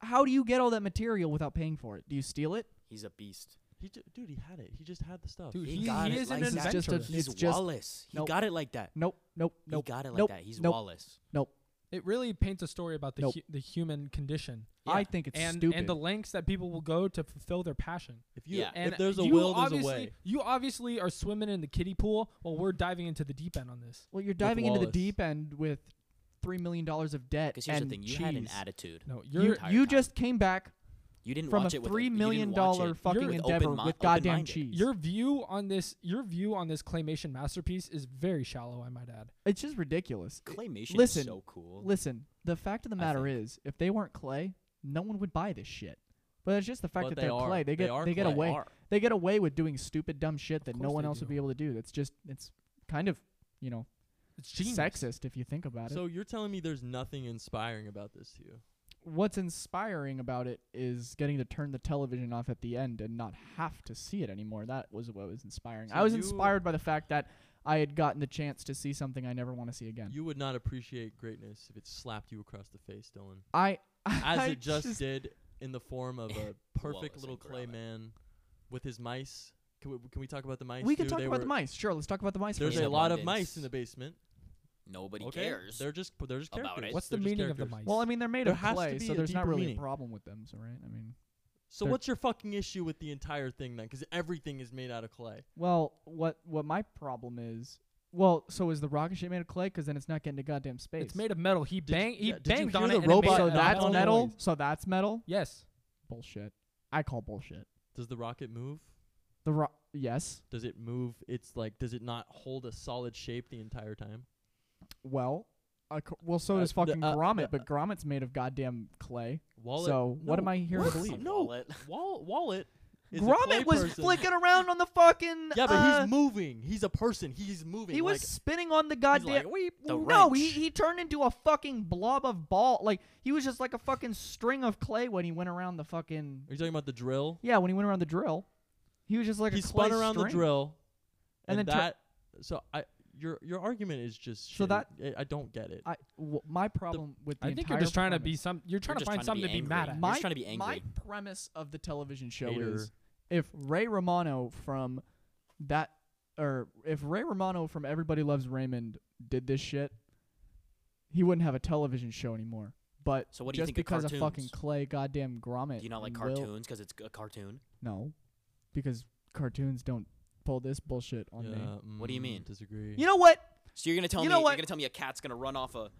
[SPEAKER 1] how do you get all that material without paying for it? Do you steal it?
[SPEAKER 6] He's a beast.
[SPEAKER 2] He ju- dude, he had it. He just had the stuff.
[SPEAKER 7] Dude,
[SPEAKER 6] He
[SPEAKER 7] he,
[SPEAKER 6] got
[SPEAKER 7] he
[SPEAKER 6] it
[SPEAKER 7] is an
[SPEAKER 6] like that.
[SPEAKER 1] It's just a-
[SPEAKER 7] inventor.
[SPEAKER 6] He's
[SPEAKER 1] it's just-
[SPEAKER 6] Wallace. He
[SPEAKER 1] nope.
[SPEAKER 6] got it like that.
[SPEAKER 1] Nope, nope, nope.
[SPEAKER 6] he got it like
[SPEAKER 1] nope,
[SPEAKER 6] that. He's
[SPEAKER 1] nope,
[SPEAKER 6] Wallace.
[SPEAKER 1] Nope.
[SPEAKER 7] It really paints a story about the
[SPEAKER 1] Nope.
[SPEAKER 7] hu- the human condition
[SPEAKER 1] I think it's
[SPEAKER 7] and
[SPEAKER 1] stupid.
[SPEAKER 7] and the lengths that people will go to fulfill their passion.
[SPEAKER 2] if you
[SPEAKER 6] yeah.
[SPEAKER 7] And
[SPEAKER 2] if there's a
[SPEAKER 7] you
[SPEAKER 2] will, there's a
[SPEAKER 7] obviously-
[SPEAKER 2] way.
[SPEAKER 7] You obviously are swimming in the kiddie pool while we're diving into the deep end on this.
[SPEAKER 1] Well, you're diving into the
[SPEAKER 2] Wallace.
[SPEAKER 1] deep end with three million dollars of debt
[SPEAKER 6] Because here's
[SPEAKER 1] and
[SPEAKER 6] the thing: you
[SPEAKER 1] cheese.
[SPEAKER 6] had an attitude.
[SPEAKER 7] No,
[SPEAKER 1] You-
[SPEAKER 7] you're
[SPEAKER 1] you
[SPEAKER 6] entire time.
[SPEAKER 1] just came back
[SPEAKER 6] You didn't
[SPEAKER 1] from a
[SPEAKER 6] watch it with
[SPEAKER 1] three
[SPEAKER 6] you didn't
[SPEAKER 1] million
[SPEAKER 6] watch
[SPEAKER 1] dollar
[SPEAKER 6] it
[SPEAKER 1] fucking
[SPEAKER 6] with open
[SPEAKER 1] endeavor
[SPEAKER 6] mi-
[SPEAKER 1] with goddamn
[SPEAKER 6] open-minded.
[SPEAKER 1] cheese.
[SPEAKER 7] your view on this. Your view on this claymation masterpiece is very shallow. I might add.
[SPEAKER 1] it's just ridiculous.
[SPEAKER 6] Claymation
[SPEAKER 1] Listen,
[SPEAKER 6] is so cool.
[SPEAKER 1] Listen, the fact of the
[SPEAKER 6] I
[SPEAKER 1] matter
[SPEAKER 6] think.
[SPEAKER 1] is, if they weren't clay, no one would buy this shit. But it's just the fact
[SPEAKER 2] But
[SPEAKER 1] that
[SPEAKER 2] they
[SPEAKER 1] are
[SPEAKER 2] are.
[SPEAKER 1] clay. They
[SPEAKER 2] They
[SPEAKER 1] get
[SPEAKER 2] are
[SPEAKER 1] get
[SPEAKER 2] clay.
[SPEAKER 1] away.
[SPEAKER 6] Are.
[SPEAKER 1] They get away with doing stupid dumb shit
[SPEAKER 7] Of
[SPEAKER 1] that no
[SPEAKER 7] course
[SPEAKER 1] one
[SPEAKER 7] they
[SPEAKER 1] else would
[SPEAKER 7] do.
[SPEAKER 1] be able to do. That's just it's kind of you know
[SPEAKER 7] It's genius.
[SPEAKER 1] sexist if you think about it.
[SPEAKER 2] So you're telling me there's nothing inspiring about this to you?
[SPEAKER 1] what's inspiring about it is getting to turn the television off at the end and not have to see it anymore. That was what was inspiring.
[SPEAKER 2] So
[SPEAKER 1] I was
[SPEAKER 2] you-
[SPEAKER 1] inspired by the fact that I had gotten the chance to see something I never want to see again.
[SPEAKER 2] You would not appreciate greatness if it slapped you across the face,
[SPEAKER 1] [laughs]
[SPEAKER 2] Dylan,
[SPEAKER 1] I
[SPEAKER 2] as
[SPEAKER 1] I
[SPEAKER 2] it just, did in the form
[SPEAKER 6] [laughs]
[SPEAKER 2] of a
[SPEAKER 6] Wallace
[SPEAKER 2] perfect
[SPEAKER 6] and
[SPEAKER 2] little clay
[SPEAKER 6] Gromit.
[SPEAKER 2] man with his mice. Can we, can we talk about the mice?
[SPEAKER 1] we could
[SPEAKER 2] dude?
[SPEAKER 1] talk
[SPEAKER 2] They
[SPEAKER 1] about the
[SPEAKER 2] were-
[SPEAKER 1] mice. Sure, let's talk about the mice.
[SPEAKER 2] There's
[SPEAKER 1] first.
[SPEAKER 2] a
[SPEAKER 6] In
[SPEAKER 2] lot of
[SPEAKER 6] abundance.
[SPEAKER 2] mice in the basement.
[SPEAKER 6] Nobody
[SPEAKER 2] okay,
[SPEAKER 6] cares.
[SPEAKER 2] they're just they're just
[SPEAKER 6] about
[SPEAKER 2] characters.
[SPEAKER 6] it.
[SPEAKER 7] What's the
[SPEAKER 2] They're just
[SPEAKER 7] meaning of the
[SPEAKER 2] characters.
[SPEAKER 7] mice?
[SPEAKER 1] well, I mean, they're made
[SPEAKER 2] There
[SPEAKER 1] of
[SPEAKER 2] has to
[SPEAKER 1] clay,
[SPEAKER 2] be
[SPEAKER 1] so
[SPEAKER 2] a
[SPEAKER 1] there's not
[SPEAKER 2] deeper
[SPEAKER 1] really
[SPEAKER 2] meaning.
[SPEAKER 1] a problem with them. So right, I mean,
[SPEAKER 2] So
[SPEAKER 1] They're-
[SPEAKER 2] what's your fucking issue with the entire thing then? Because everything is made out of clay.
[SPEAKER 1] well, what what my problem is. Well, so is the rocket ship made of clay? Because then it's not getting to goddamn space.
[SPEAKER 7] It's made of metal. He
[SPEAKER 2] you-
[SPEAKER 7] bang. He
[SPEAKER 2] yeah, did you
[SPEAKER 7] banged
[SPEAKER 2] hear
[SPEAKER 7] on
[SPEAKER 2] the
[SPEAKER 7] it. and it
[SPEAKER 2] robot
[SPEAKER 7] made
[SPEAKER 1] so
[SPEAKER 7] a
[SPEAKER 2] of
[SPEAKER 1] that's
[SPEAKER 2] metal
[SPEAKER 1] metal.
[SPEAKER 2] noise.
[SPEAKER 1] So that's metal.
[SPEAKER 7] Yes.
[SPEAKER 1] Bullshit. I call bullshit.
[SPEAKER 2] Does the rocket move?
[SPEAKER 1] The ro- yes.
[SPEAKER 2] Does it move? It's like does it not hold a solid shape the entire time?
[SPEAKER 1] Well, uh, c- well, so
[SPEAKER 2] Uh,
[SPEAKER 1] does
[SPEAKER 2] the-
[SPEAKER 1] fucking
[SPEAKER 2] uh,
[SPEAKER 1] Gromit,
[SPEAKER 2] uh,
[SPEAKER 1] but Gromit's made of goddamn clay.
[SPEAKER 2] Wallet.
[SPEAKER 1] so what am I here to
[SPEAKER 2] What?
[SPEAKER 1] believe?
[SPEAKER 2] No.
[SPEAKER 6] Wallet.
[SPEAKER 2] [laughs] Wall, wallet is a clay
[SPEAKER 1] Gromit was
[SPEAKER 2] person.
[SPEAKER 1] flicking around on the fucking.
[SPEAKER 2] [laughs] Yeah, but
[SPEAKER 1] uh,
[SPEAKER 2] he's moving. He's a person. He's moving.
[SPEAKER 1] He was
[SPEAKER 2] like,
[SPEAKER 1] spinning on the
[SPEAKER 2] he's
[SPEAKER 1] goddamn.
[SPEAKER 2] like, "Weep,
[SPEAKER 4] The
[SPEAKER 2] weep."
[SPEAKER 1] no, he,
[SPEAKER 4] wrench.
[SPEAKER 1] he turned into a fucking blob of ball. Like he was just like a fucking string of clay when he went around the fucking.
[SPEAKER 2] Are you talking about the drill?
[SPEAKER 1] Yeah, when he went around the drill, he was just like
[SPEAKER 2] he
[SPEAKER 1] a clay
[SPEAKER 2] spun around the
[SPEAKER 1] string.
[SPEAKER 2] drill,
[SPEAKER 1] And
[SPEAKER 2] and,
[SPEAKER 1] then tur-
[SPEAKER 2] that. so I, your your argument is just.
[SPEAKER 1] So
[SPEAKER 2] shitty.
[SPEAKER 1] that-
[SPEAKER 2] I, I don't get it.
[SPEAKER 1] I w- my problem with the
[SPEAKER 7] I think you're
[SPEAKER 1] entire
[SPEAKER 7] just trying to be
[SPEAKER 1] premise-
[SPEAKER 7] some. You're trying to
[SPEAKER 5] just
[SPEAKER 7] find
[SPEAKER 5] trying
[SPEAKER 7] something
[SPEAKER 5] to
[SPEAKER 7] to
[SPEAKER 5] be
[SPEAKER 7] be mad
[SPEAKER 5] angry.
[SPEAKER 7] at.
[SPEAKER 5] You're
[SPEAKER 1] my,
[SPEAKER 5] just trying to be
[SPEAKER 1] My
[SPEAKER 5] angry.
[SPEAKER 1] premise of the television show
[SPEAKER 2] Hater.
[SPEAKER 1] is if Ray Romano from that or if Ray Romano from Everybody Loves Raymond did this shit, he wouldn't have a television show anymore. But
[SPEAKER 5] So what do you
[SPEAKER 1] just
[SPEAKER 5] think of
[SPEAKER 1] because of, fucking
[SPEAKER 5] cartoons?
[SPEAKER 1] Clay, goddamn Gromit.
[SPEAKER 5] Do you not like
[SPEAKER 1] and Will-
[SPEAKER 5] cartoons because it's a cartoon?
[SPEAKER 1] No, because cartoons don't pull this bullshit on
[SPEAKER 2] yeah,
[SPEAKER 1] me.
[SPEAKER 5] What do you
[SPEAKER 2] mm,
[SPEAKER 5] mean?
[SPEAKER 2] Disagree.
[SPEAKER 1] You know what?
[SPEAKER 5] So you're gonna tell
[SPEAKER 1] You
[SPEAKER 5] me
[SPEAKER 1] know what?
[SPEAKER 5] you're gonna tell me a cat's gonna run off a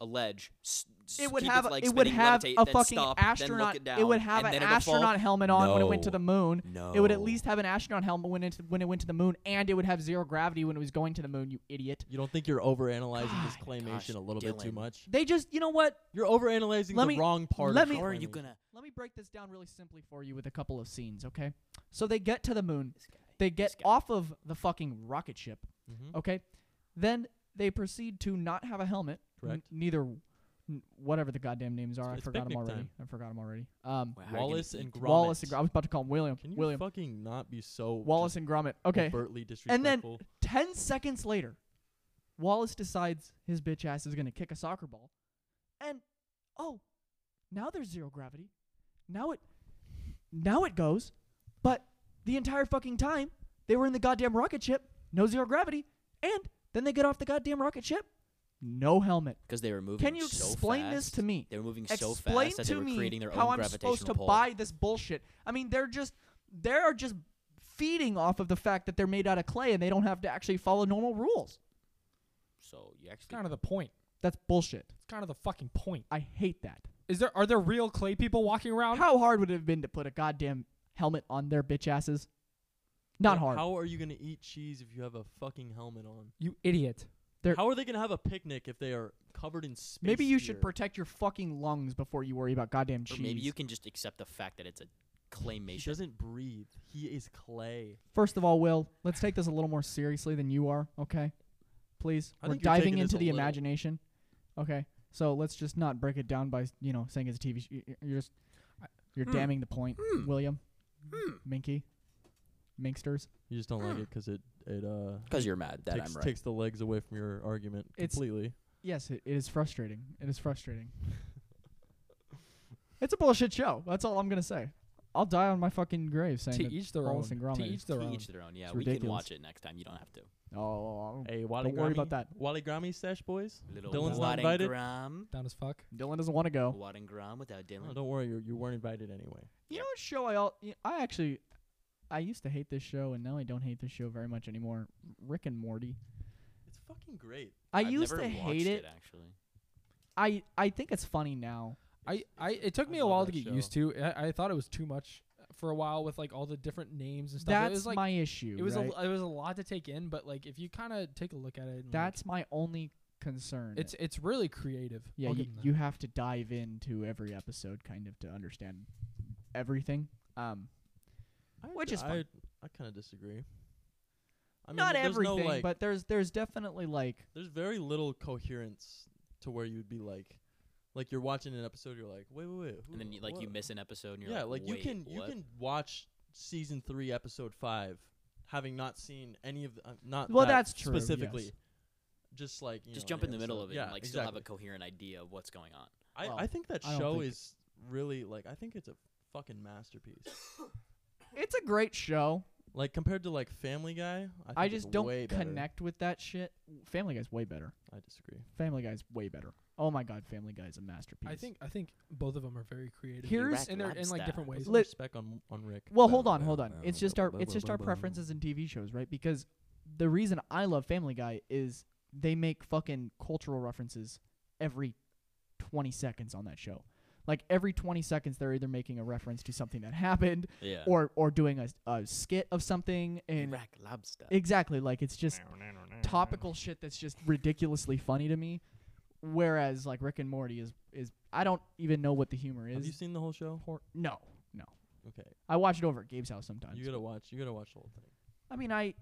[SPEAKER 5] a ledge. S- s-
[SPEAKER 1] It would
[SPEAKER 5] keep
[SPEAKER 1] have
[SPEAKER 5] its legs
[SPEAKER 1] it would
[SPEAKER 5] spinning,
[SPEAKER 1] have
[SPEAKER 5] levitate,
[SPEAKER 1] a
[SPEAKER 5] then
[SPEAKER 1] fucking
[SPEAKER 5] stop, Then
[SPEAKER 1] astronaut.
[SPEAKER 5] look it, down,
[SPEAKER 1] would have
[SPEAKER 5] and
[SPEAKER 1] an
[SPEAKER 5] then it'll fall?
[SPEAKER 1] astronaut helmet on when it went to
[SPEAKER 5] No.
[SPEAKER 1] the moon.
[SPEAKER 5] No.
[SPEAKER 1] It would at
[SPEAKER 2] Oh.
[SPEAKER 1] least have an astronaut helmet when it when it went to the moon, and it would have zero gravity when it was going to the moon. You idiot!
[SPEAKER 2] You don't think you're overanalyzing this
[SPEAKER 5] God,
[SPEAKER 2] claymation
[SPEAKER 5] gosh,
[SPEAKER 2] a little bit too
[SPEAKER 5] Dylan.
[SPEAKER 2] much?
[SPEAKER 1] They just, you know what?
[SPEAKER 2] You're overanalyzing
[SPEAKER 1] Let
[SPEAKER 2] the
[SPEAKER 1] me-
[SPEAKER 2] wrong part.
[SPEAKER 1] let
[SPEAKER 2] of
[SPEAKER 1] me-
[SPEAKER 5] How
[SPEAKER 2] How
[SPEAKER 5] are you gonna?
[SPEAKER 1] Let me break this down really simply for you with a couple of scenes, okay? So they get to the moon.
[SPEAKER 5] This guy,
[SPEAKER 1] They get
[SPEAKER 5] this guy.
[SPEAKER 1] off of the fucking rocket ship,
[SPEAKER 2] Mhm.
[SPEAKER 1] okay? Then they proceed to not have a helmet. n-
[SPEAKER 2] Correct.
[SPEAKER 1] neither, n- whatever the goddamn names are,
[SPEAKER 2] It's-
[SPEAKER 1] I
[SPEAKER 2] it's
[SPEAKER 1] forgot them
[SPEAKER 2] picnic
[SPEAKER 1] already.
[SPEAKER 2] time.
[SPEAKER 1] I forgot them already. Um,
[SPEAKER 5] Wow, how are you gonna
[SPEAKER 2] Wallace
[SPEAKER 5] eat?
[SPEAKER 2] and Gromit.
[SPEAKER 1] Wallace and Gromit. I was about to call him William.
[SPEAKER 2] Can you
[SPEAKER 1] William.
[SPEAKER 2] fucking not be so
[SPEAKER 1] Wallace and Gromit. Okay.
[SPEAKER 2] overtly
[SPEAKER 1] And then
[SPEAKER 2] disrespectful?
[SPEAKER 1] ten seconds later, Wallace decides his bitch ass is gonna kick a soccer ball, and oh, now there's zero gravity. Now it, now it goes, but the entire fucking time they were in the goddamn rocket ship, no zero gravity, and then they get off the goddamn rocket ship, no helmet.
[SPEAKER 5] Because they were moving.
[SPEAKER 1] Can you
[SPEAKER 5] so
[SPEAKER 1] explain this
[SPEAKER 5] fast.
[SPEAKER 1] to me?
[SPEAKER 5] They were moving so
[SPEAKER 1] Explain
[SPEAKER 5] fast that they
[SPEAKER 1] to
[SPEAKER 5] were
[SPEAKER 1] me
[SPEAKER 5] creating their
[SPEAKER 1] how
[SPEAKER 5] own
[SPEAKER 1] I'm
[SPEAKER 5] gravitational
[SPEAKER 1] supposed to
[SPEAKER 5] pull.
[SPEAKER 1] buy this bullshit. I mean, they're just they are just feeding off of the fact that they're made out of clay and they don't have to actually follow normal rules.
[SPEAKER 5] So you
[SPEAKER 7] It's
[SPEAKER 5] actually
[SPEAKER 7] kind of the point.
[SPEAKER 1] That's bullshit.
[SPEAKER 7] It's kind of the fucking point.
[SPEAKER 1] I hate that.
[SPEAKER 7] Is there are there real clay people walking
[SPEAKER 2] Um,
[SPEAKER 7] around?
[SPEAKER 1] How hard would it have been to put a goddamn helmet on their bitch asses? Not
[SPEAKER 2] Like,
[SPEAKER 1] hard.
[SPEAKER 2] How are you gonna eat cheese if you have a fucking helmet on?
[SPEAKER 7] You idiot.
[SPEAKER 1] They're-
[SPEAKER 2] How are they gonna have a picnic if they are covered in space?
[SPEAKER 1] Maybe you should
[SPEAKER 2] gear?
[SPEAKER 1] protect your fucking lungs before you worry about goddamn cheese.
[SPEAKER 5] Or maybe you can just accept the fact that it's a
[SPEAKER 2] He
[SPEAKER 5] claymation.
[SPEAKER 2] doesn't breathe. He is clay.
[SPEAKER 1] First of all, Will, let's take this a little more seriously than you are, okay? Please.
[SPEAKER 2] I
[SPEAKER 1] We're
[SPEAKER 2] think you're taking
[SPEAKER 1] diving
[SPEAKER 2] this
[SPEAKER 1] into
[SPEAKER 2] a
[SPEAKER 1] the
[SPEAKER 2] little.
[SPEAKER 1] imagination. Okay. So let's just not break it down by, you know, saying it's a TV sh- y- y- You're just you're
[SPEAKER 2] Hmm.
[SPEAKER 1] damning the point, William. Minky. Minksters.
[SPEAKER 2] You just don't like [gasps] it because it it uh
[SPEAKER 5] Because you're mad that
[SPEAKER 2] takes,
[SPEAKER 5] I'm right.
[SPEAKER 2] takes the legs away from your argument
[SPEAKER 1] It's-
[SPEAKER 2] completely.
[SPEAKER 1] Yes, it, it is frustrating. It is frustrating. [laughs] it's a bullshit show. That's all I'm going to say. I'll die on my fucking grave saying
[SPEAKER 7] To
[SPEAKER 1] that
[SPEAKER 7] each their own.
[SPEAKER 1] Wallace and
[SPEAKER 7] To
[SPEAKER 1] Gromit is-
[SPEAKER 7] each their
[SPEAKER 5] To
[SPEAKER 7] own.
[SPEAKER 5] each their own. Yeah,
[SPEAKER 1] It's
[SPEAKER 5] we can
[SPEAKER 1] ridiculous.
[SPEAKER 5] watch it next time. You don't have to.
[SPEAKER 1] Oh,
[SPEAKER 2] Hey, Wally
[SPEAKER 1] Don't worry about
[SPEAKER 2] Grammy-
[SPEAKER 1] that.
[SPEAKER 2] Wally Grammy stash boys.
[SPEAKER 5] Little
[SPEAKER 2] Dylan's not
[SPEAKER 5] Watt and
[SPEAKER 2] invited.
[SPEAKER 5] Gram.
[SPEAKER 7] Down as fuck.
[SPEAKER 1] oh. Dylan doesn't want to go.
[SPEAKER 5] Watt and Gram without Dylan.
[SPEAKER 2] No, don't worry, you you weren't invited anyway.
[SPEAKER 1] You
[SPEAKER 5] Yeah.
[SPEAKER 1] know what show I all y- I actually I used to hate this show and now I don't hate this show very much anymore. Rick and Morty.
[SPEAKER 2] It's fucking great.
[SPEAKER 1] I
[SPEAKER 5] I've
[SPEAKER 1] used
[SPEAKER 5] never
[SPEAKER 1] to
[SPEAKER 5] watched
[SPEAKER 1] hate it.
[SPEAKER 5] actually.
[SPEAKER 1] I I think it's funny now.
[SPEAKER 7] I, I it took
[SPEAKER 2] I
[SPEAKER 7] me a
[SPEAKER 2] love
[SPEAKER 7] while to
[SPEAKER 2] that
[SPEAKER 7] get
[SPEAKER 2] show.
[SPEAKER 7] used to. I, I thought it was too much for a while with like all the different names and stuff. it
[SPEAKER 1] That's
[SPEAKER 7] was like
[SPEAKER 1] my issue.
[SPEAKER 7] it was
[SPEAKER 1] right?
[SPEAKER 7] a l- it was a lot to take in, but like if you kind of take a look at it, and,
[SPEAKER 1] That's my only concern.
[SPEAKER 7] like, it's it's really creative.
[SPEAKER 1] yeah,
[SPEAKER 7] I'll
[SPEAKER 1] you,
[SPEAKER 7] give 'em that.
[SPEAKER 1] you have to dive into every episode kind of to understand everything. Um
[SPEAKER 2] I,
[SPEAKER 1] Which is
[SPEAKER 2] I,
[SPEAKER 1] fine.
[SPEAKER 2] I kind of disagree. I mean,
[SPEAKER 1] not
[SPEAKER 2] th- there's no,
[SPEAKER 1] everything,
[SPEAKER 2] like-
[SPEAKER 1] but there's there's definitely like
[SPEAKER 2] there's very little coherence to where you'd be like, like you're watching an episode, you're like, wait, wait, wait, who,
[SPEAKER 5] And then you, like you
[SPEAKER 2] what?"
[SPEAKER 5] miss an episode and you're
[SPEAKER 2] yeah,
[SPEAKER 5] like,
[SPEAKER 2] like, you can
[SPEAKER 5] "Wait,
[SPEAKER 2] you
[SPEAKER 5] what?"
[SPEAKER 2] can watch season three, episode five, having not seen any of the uh, not
[SPEAKER 1] Well,
[SPEAKER 2] that
[SPEAKER 1] that's true,
[SPEAKER 2] specifically.
[SPEAKER 1] yes.
[SPEAKER 2] Just like you
[SPEAKER 5] just
[SPEAKER 2] know,
[SPEAKER 5] jump
[SPEAKER 2] any
[SPEAKER 5] in the middle
[SPEAKER 2] episode.
[SPEAKER 5] of it
[SPEAKER 2] yeah,
[SPEAKER 5] and like
[SPEAKER 2] exactly.
[SPEAKER 5] still have a coherent idea of what's going on.
[SPEAKER 2] I,
[SPEAKER 1] Well,
[SPEAKER 2] I think that
[SPEAKER 1] I don't
[SPEAKER 2] show
[SPEAKER 1] think-
[SPEAKER 2] is really like I think it's a fucking masterpiece.
[SPEAKER 1] it's a great show.
[SPEAKER 2] like compared to like Family Guy, I, think
[SPEAKER 1] I,
[SPEAKER 2] it's
[SPEAKER 1] just don't
[SPEAKER 2] way better.
[SPEAKER 1] connect with that shit. Family Guy's way better.
[SPEAKER 2] I disagree.
[SPEAKER 1] Family Guy's way better. Oh my god, Family Guy's a masterpiece.
[SPEAKER 7] I think I think both of them are very creative.
[SPEAKER 1] Here's-
[SPEAKER 7] and they're in like different
[SPEAKER 2] Put
[SPEAKER 7] ways.
[SPEAKER 2] some
[SPEAKER 1] Lit-
[SPEAKER 2] respect on on Rick.
[SPEAKER 1] Well, hold on,
[SPEAKER 2] [laughs]
[SPEAKER 1] hold on. It's just our it's just our preferences in TV shows, right? Because the reason I love Family Guy is they make fucking cultural references every 20 seconds on that show. Like every 20 seconds they're either making a reference to something that happened
[SPEAKER 5] Yeah.
[SPEAKER 1] or or doing a, a skit of something and
[SPEAKER 5] Rack Lobster.
[SPEAKER 1] exactly like it's just
[SPEAKER 2] Mm-hmm.
[SPEAKER 1] topical shit that's just ridiculously funny to me whereas like Rick and Morty is is I don't even know what the humor
[SPEAKER 2] Have you
[SPEAKER 1] is.
[SPEAKER 2] seen the whole show?
[SPEAKER 1] No. No.
[SPEAKER 2] Okay.
[SPEAKER 1] I watch it over at Gabe's house sometimes.
[SPEAKER 2] You gotta watch. You gotta watch the whole thing.
[SPEAKER 1] I mean, I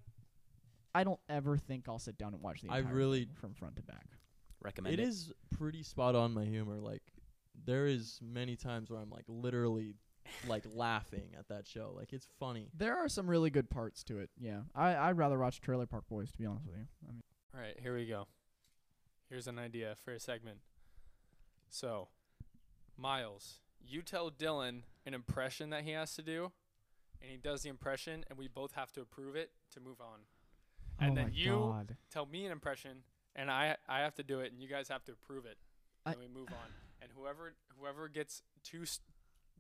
[SPEAKER 1] I don't ever think I'll sit down and watch the
[SPEAKER 2] I
[SPEAKER 1] entire thing
[SPEAKER 2] really-
[SPEAKER 1] from front to back.
[SPEAKER 6] Recommend
[SPEAKER 2] it is pretty spot on my humor. Like there is many times where I'm like literally
[SPEAKER 1] [laughs]
[SPEAKER 2] like laughing at that show. Like it's funny.
[SPEAKER 1] There are some really good parts to it. Yeah. I I'd rather watch Trailer Park Boys to be honest with you. I mean,
[SPEAKER 8] All right, here we go. Here's an idea for a segment. So, Miles, you tell Dylan an impression that he has to do, and he does the impression, and we both have to approve it to move on. And
[SPEAKER 1] oh
[SPEAKER 8] then
[SPEAKER 1] my
[SPEAKER 8] you-
[SPEAKER 1] God.
[SPEAKER 8] Tell me an impression, and I I have to do it, and you guys have to approve it,
[SPEAKER 1] I-
[SPEAKER 8] and we move on. And whoever whoever gets two s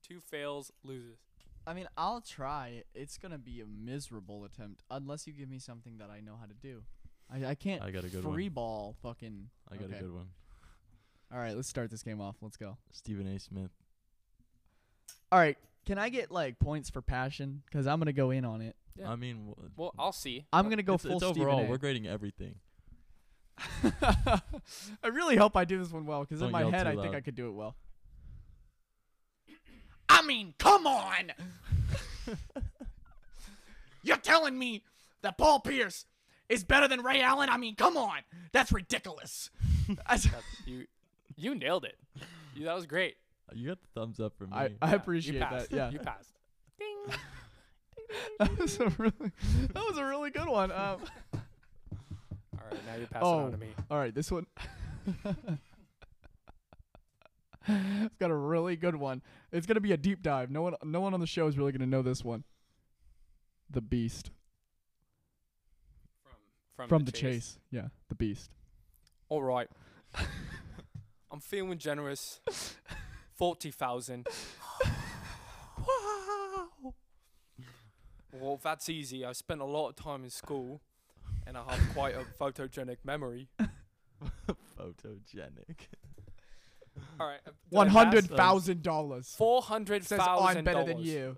[SPEAKER 8] two fails loses.
[SPEAKER 1] I mean, I'll try. It's going to be a miserable attempt unless you give me something that I know how to do. I, I can't
[SPEAKER 2] I got a good one.
[SPEAKER 1] free ball fucking
[SPEAKER 2] I got
[SPEAKER 1] Okay.
[SPEAKER 2] a good one.
[SPEAKER 1] All right, let's start this game off. Let's go.
[SPEAKER 2] Stephen A. Smith.
[SPEAKER 1] All right, can I get like points for passion cuz I'm going to go in on it.
[SPEAKER 8] Yeah.
[SPEAKER 2] I mean, w-
[SPEAKER 8] Well, I'll see.
[SPEAKER 1] I'm going to go
[SPEAKER 2] it's,
[SPEAKER 1] full
[SPEAKER 2] it's
[SPEAKER 1] Stephen
[SPEAKER 2] overall.
[SPEAKER 1] A.
[SPEAKER 2] We're grading everything.
[SPEAKER 1] [laughs] I really hope I do this one well because in
[SPEAKER 2] Don't
[SPEAKER 1] my
[SPEAKER 2] yell
[SPEAKER 1] head
[SPEAKER 2] too
[SPEAKER 1] I think
[SPEAKER 2] loud.
[SPEAKER 1] I could do it well. [coughs] I mean, come on! [laughs] You're telling me that Paul Pierce is better than Ray Allen? I mean, come on! That's ridiculous.
[SPEAKER 2] [laughs]
[SPEAKER 8] That- you you nailed it. You, that was great.
[SPEAKER 2] Uh, You got the thumbs up from me.
[SPEAKER 1] I, I
[SPEAKER 8] You
[SPEAKER 1] appreciate that.
[SPEAKER 8] passed.
[SPEAKER 1] Yeah,
[SPEAKER 8] You passed.
[SPEAKER 1] [laughs] that was a really that was a really good one. Um,
[SPEAKER 8] All right, now you pass it
[SPEAKER 1] Oh.
[SPEAKER 8] on to me.
[SPEAKER 1] all right, this one. I've got a really good one. It's gonna be a deep dive. No one, no one on the show is really gonna know this one. The Beast.
[SPEAKER 8] From,
[SPEAKER 1] from the, chase. Yeah, the beast.
[SPEAKER 8] All right. I'm feeling [laughs] generous. 40,000. wow. Well, that's easy. I spent a lot of time in school and I have quite a photogenic
[SPEAKER 1] [laughs]
[SPEAKER 8] memory.
[SPEAKER 2] Photogenic.
[SPEAKER 8] All right.
[SPEAKER 1] One hundred thousand dollars. Says I'm better than
[SPEAKER 8] $400,000.
[SPEAKER 1] you.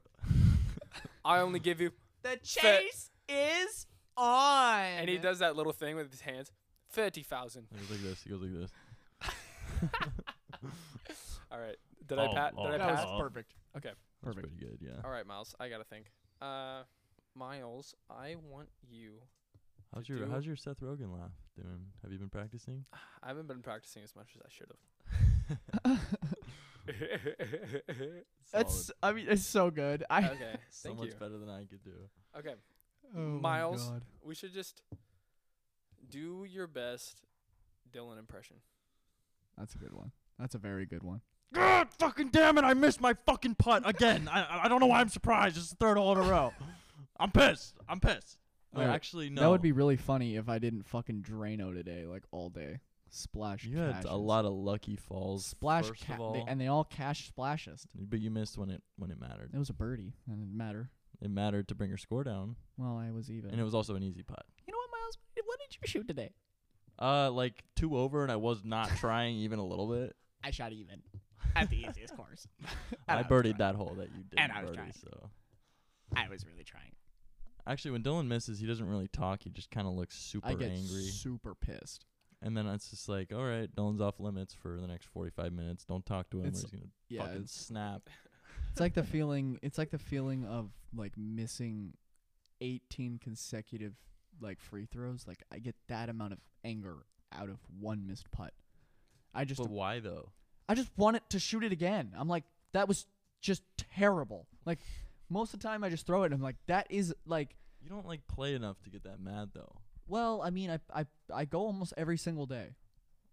[SPEAKER 8] I only give you.
[SPEAKER 1] The
[SPEAKER 8] chase
[SPEAKER 1] is on.
[SPEAKER 8] And he does that little thing with his hands. 30,000.
[SPEAKER 2] He goes like this. He goes like this.
[SPEAKER 8] All right. Did
[SPEAKER 5] Oh,
[SPEAKER 8] I pat?
[SPEAKER 5] oh,
[SPEAKER 8] did I
[SPEAKER 1] That
[SPEAKER 8] pass?
[SPEAKER 1] was perfect.
[SPEAKER 8] Okay.
[SPEAKER 2] That's
[SPEAKER 1] Perfect.
[SPEAKER 2] pretty good. Yeah.
[SPEAKER 8] All right, Miles. I got to think. Uh, Miles, I want you.
[SPEAKER 2] How's
[SPEAKER 8] to
[SPEAKER 2] your
[SPEAKER 8] do-
[SPEAKER 2] How's your Seth Rogen laugh doing? Have you been [laughs] practicing?
[SPEAKER 8] I haven't been practicing as much as I should have.
[SPEAKER 2] [laughs]
[SPEAKER 1] That's. I mean, it's so good. I.
[SPEAKER 8] okay.
[SPEAKER 2] so
[SPEAKER 8] Thank
[SPEAKER 2] much
[SPEAKER 8] you.
[SPEAKER 2] better than I could do.
[SPEAKER 8] Okay.
[SPEAKER 1] Oh my
[SPEAKER 8] Miles.
[SPEAKER 1] God.
[SPEAKER 8] We should just do your best Dylan impression.
[SPEAKER 1] That's a good one. That's a very good one.
[SPEAKER 2] God fucking damn it! I missed my fucking putt again. I- I I don't know why I'm surprised. It's the third hole in a row. I'm pissed. I'm pissed. Wait,
[SPEAKER 1] Alright,
[SPEAKER 2] actually, no.
[SPEAKER 1] That would be really funny if I didn't fucking Drano today, like all day. Splash.
[SPEAKER 2] You had a
[SPEAKER 1] cashes.
[SPEAKER 2] lot of lucky falls.
[SPEAKER 1] Splash.
[SPEAKER 2] first
[SPEAKER 1] ca-
[SPEAKER 2] of
[SPEAKER 1] they-
[SPEAKER 2] all,
[SPEAKER 1] and they all cash splashes.
[SPEAKER 2] but you missed when it when it mattered.
[SPEAKER 1] It was a birdie. That didn't matter.
[SPEAKER 2] It mattered to bring your score down,
[SPEAKER 1] Well, I was even.
[SPEAKER 2] and it was also an easy putt.
[SPEAKER 1] you know what, Miles? What did you shoot today?
[SPEAKER 2] Uh, like two over, and I
[SPEAKER 1] [laughs]
[SPEAKER 2] was not trying even a little bit.
[SPEAKER 1] I shot even at the
[SPEAKER 2] [laughs]
[SPEAKER 1] easiest course. [laughs]
[SPEAKER 2] I, birdied that hole that you did.
[SPEAKER 1] I was
[SPEAKER 2] birdie,
[SPEAKER 1] trying.
[SPEAKER 2] So
[SPEAKER 1] I was really trying.
[SPEAKER 2] actually, when Dylan misses, he doesn't really talk. He just kind of looks super
[SPEAKER 1] I get
[SPEAKER 2] angry,
[SPEAKER 1] super pissed.
[SPEAKER 2] and then it's just like, all right, Dylan's off limits for the next forty-five minutes. Don't talk to him.
[SPEAKER 1] It's-
[SPEAKER 2] or he's gonna
[SPEAKER 1] Yeah,
[SPEAKER 2] fucking [laughs]
[SPEAKER 1] it's,
[SPEAKER 2] snap.
[SPEAKER 1] it's like the feeling. It's like the feeling of like missing eighteen consecutive like free throws. Like I get that amount of anger out of one missed putt. I just
[SPEAKER 2] But why though?
[SPEAKER 1] I just want it to shoot it again. I'm like, that was just terrible. Like most of the time, I just throw it. and I'm like, that is like.
[SPEAKER 2] You don't like play enough to get that mad though.
[SPEAKER 1] Well, I mean, I I I go almost every single day.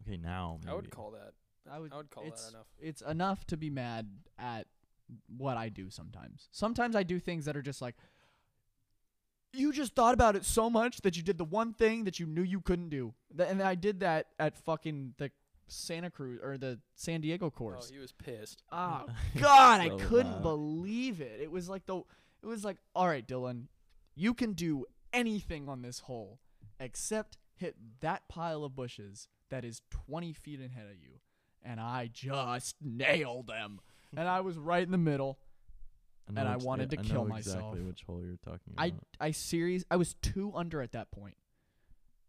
[SPEAKER 2] Okay, now
[SPEAKER 8] I
[SPEAKER 2] [laughs]
[SPEAKER 8] would
[SPEAKER 2] maybe.
[SPEAKER 8] call that.
[SPEAKER 1] I would.
[SPEAKER 8] I would call
[SPEAKER 1] it's,
[SPEAKER 8] that enough.
[SPEAKER 1] It's enough to be mad at what I do sometimes. Sometimes I do things that are just like, you just thought about it so much that you did the one thing that you knew you couldn't do. Th- and I did that at fucking the Santa Cruz or the San Diego
[SPEAKER 8] Oh,
[SPEAKER 1] course.
[SPEAKER 8] he was pissed.
[SPEAKER 1] Oh, [laughs] God, I
[SPEAKER 2] So uh,
[SPEAKER 1] couldn't
[SPEAKER 2] loud.
[SPEAKER 1] believe it. It was like the, it was like, all right, Dylan, you can do anything on this hole except hit that pile of bushes that is 20 feet ahead of you. And I just nailed them. And I was right in the middle.
[SPEAKER 2] know
[SPEAKER 1] and I
[SPEAKER 2] ex-
[SPEAKER 1] wanted to
[SPEAKER 2] I
[SPEAKER 1] kill
[SPEAKER 2] know
[SPEAKER 1] myself.
[SPEAKER 2] Exactly which hole you're talking about.
[SPEAKER 1] I, I serious, I was two under at that point,